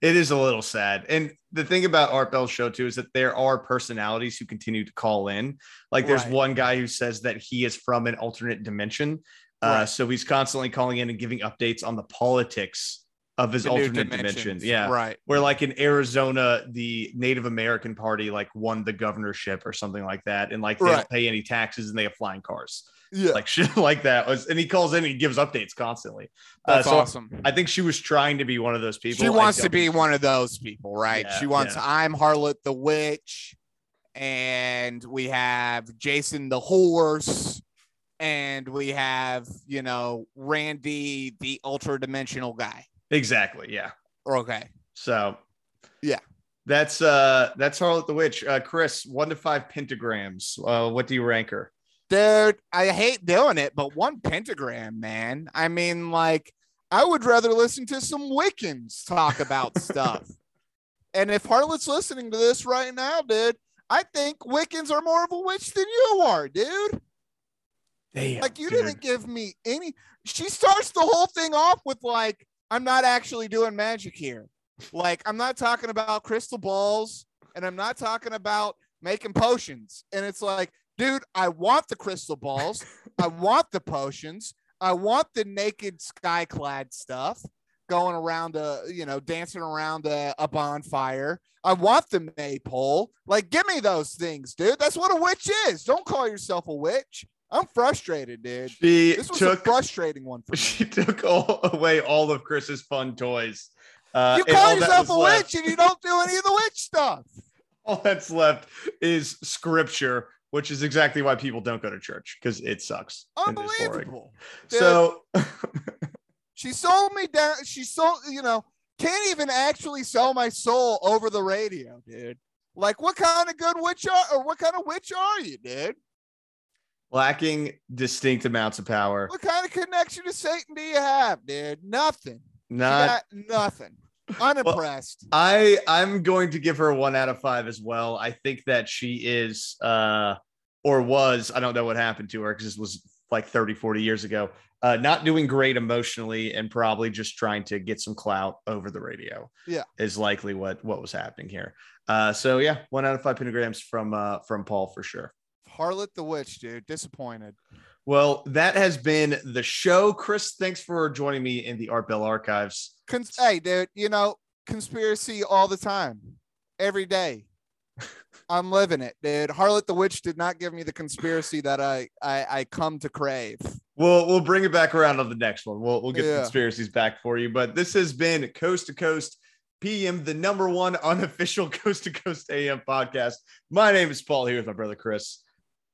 It is a little sad. And the thing about Art Bell's show too is that there are personalities who continue to call in. Like there's
Right.
one guy who says that he is from an alternate dimension. Uh,
Right.
so he's constantly calling in and giving updates on the politics of his
The new
alternate dimension.
dimensions.
Yeah.
Right.
Where like in Arizona, the Native American party like won the governorship or something like that. And like they
Right.
don't pay any taxes and they have flying cars.
Yeah.
Like [laughs] shit like that. was- And he calls in and he gives updates constantly. Uh,
That's
so
awesome.
I think she was trying to be one of those people.
she
I
wants to
don't
be
think-
one of those people, right?
Yeah,
she wants
yeah.
I'm Harlot the Witch, and we have Jason the Horse, and we have, you know, Randy the ultra dimensional guy.
Exactly. Yeah.
Okay.
So
Yeah.
that's uh that's Harlot the Witch. Uh Chris, one to five pentagrams. Uh what do you rank her?
Dude, I hate doing it, but one pentagram, man. I mean, like, I would rather listen to some Wiccans talk about stuff. And if Harlot's listening to this right now, dude, I think Wiccans are more of a witch than you are, dude.
Damn.
Like, you didn't give me any. She starts the whole thing off with, like, I'm not actually doing magic here. Like, I'm not talking about crystal balls and I'm not talking about making potions. And it's like, dude, I want the crystal balls.
[laughs]
I want the potions. I want the naked sky clad stuff going around a, you know, dancing around uh, a, a bonfire. I want the maypole. Like, give me those things, dude. That's what a witch is. Don't call yourself a witch. I'm frustrated, dude.
She
This was a
took
frustrating one for
[laughs]
me.
she took all away all of Chris's fun toys. Uh,
you
and
call
all that was
yourself a
left-
witch and you don't do any of the witch stuff.
All that's left is scripture, which is exactly why people don't go to church because it sucks. and it's boring.
Unbelievable. dude.
So [laughs]
She sold me down. She sold, you know, can't even actually sell my soul over the radio, dude. Like, what kind of good witch are, or what kind of witch are you, dude?
lacking distinct amounts of power.
What kind of connection to Satan do you have, dude? Nothing. You
Not
got nothing. Unimpressed.
I I'm going to give her a one out of five as well. I think that she is uh or was, I don't know what happened to her because this was like 30, 40 years ago, uh not doing great emotionally and probably just trying to get some clout over the radio.
Yeah.
Is likely what what was happening here. Uh so yeah, one out of five pentagrams from uh from Paul for sure.
Harlot the witch, dude. Disappointed.
Well, that has been the show. Chris, thanks for joining me in the Art Bell Archives.
Cons- hey, dude. You know, conspiracy all the time, every day. I'm living it, dude. Harlot the witch did not give me the conspiracy that I I, I come to crave.
We'll we'll bring it back around on the next one. We'll we'll get the
Yeah.
conspiracies back for you. But this has been Coast to Coast PM, the number one unofficial [laughs] Coast to Coast AM podcast. My name is Paul here with my brother Chris.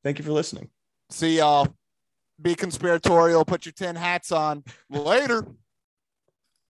Thank you for listening.
See y'all. be conspiratorial, put your tin hats on. Later.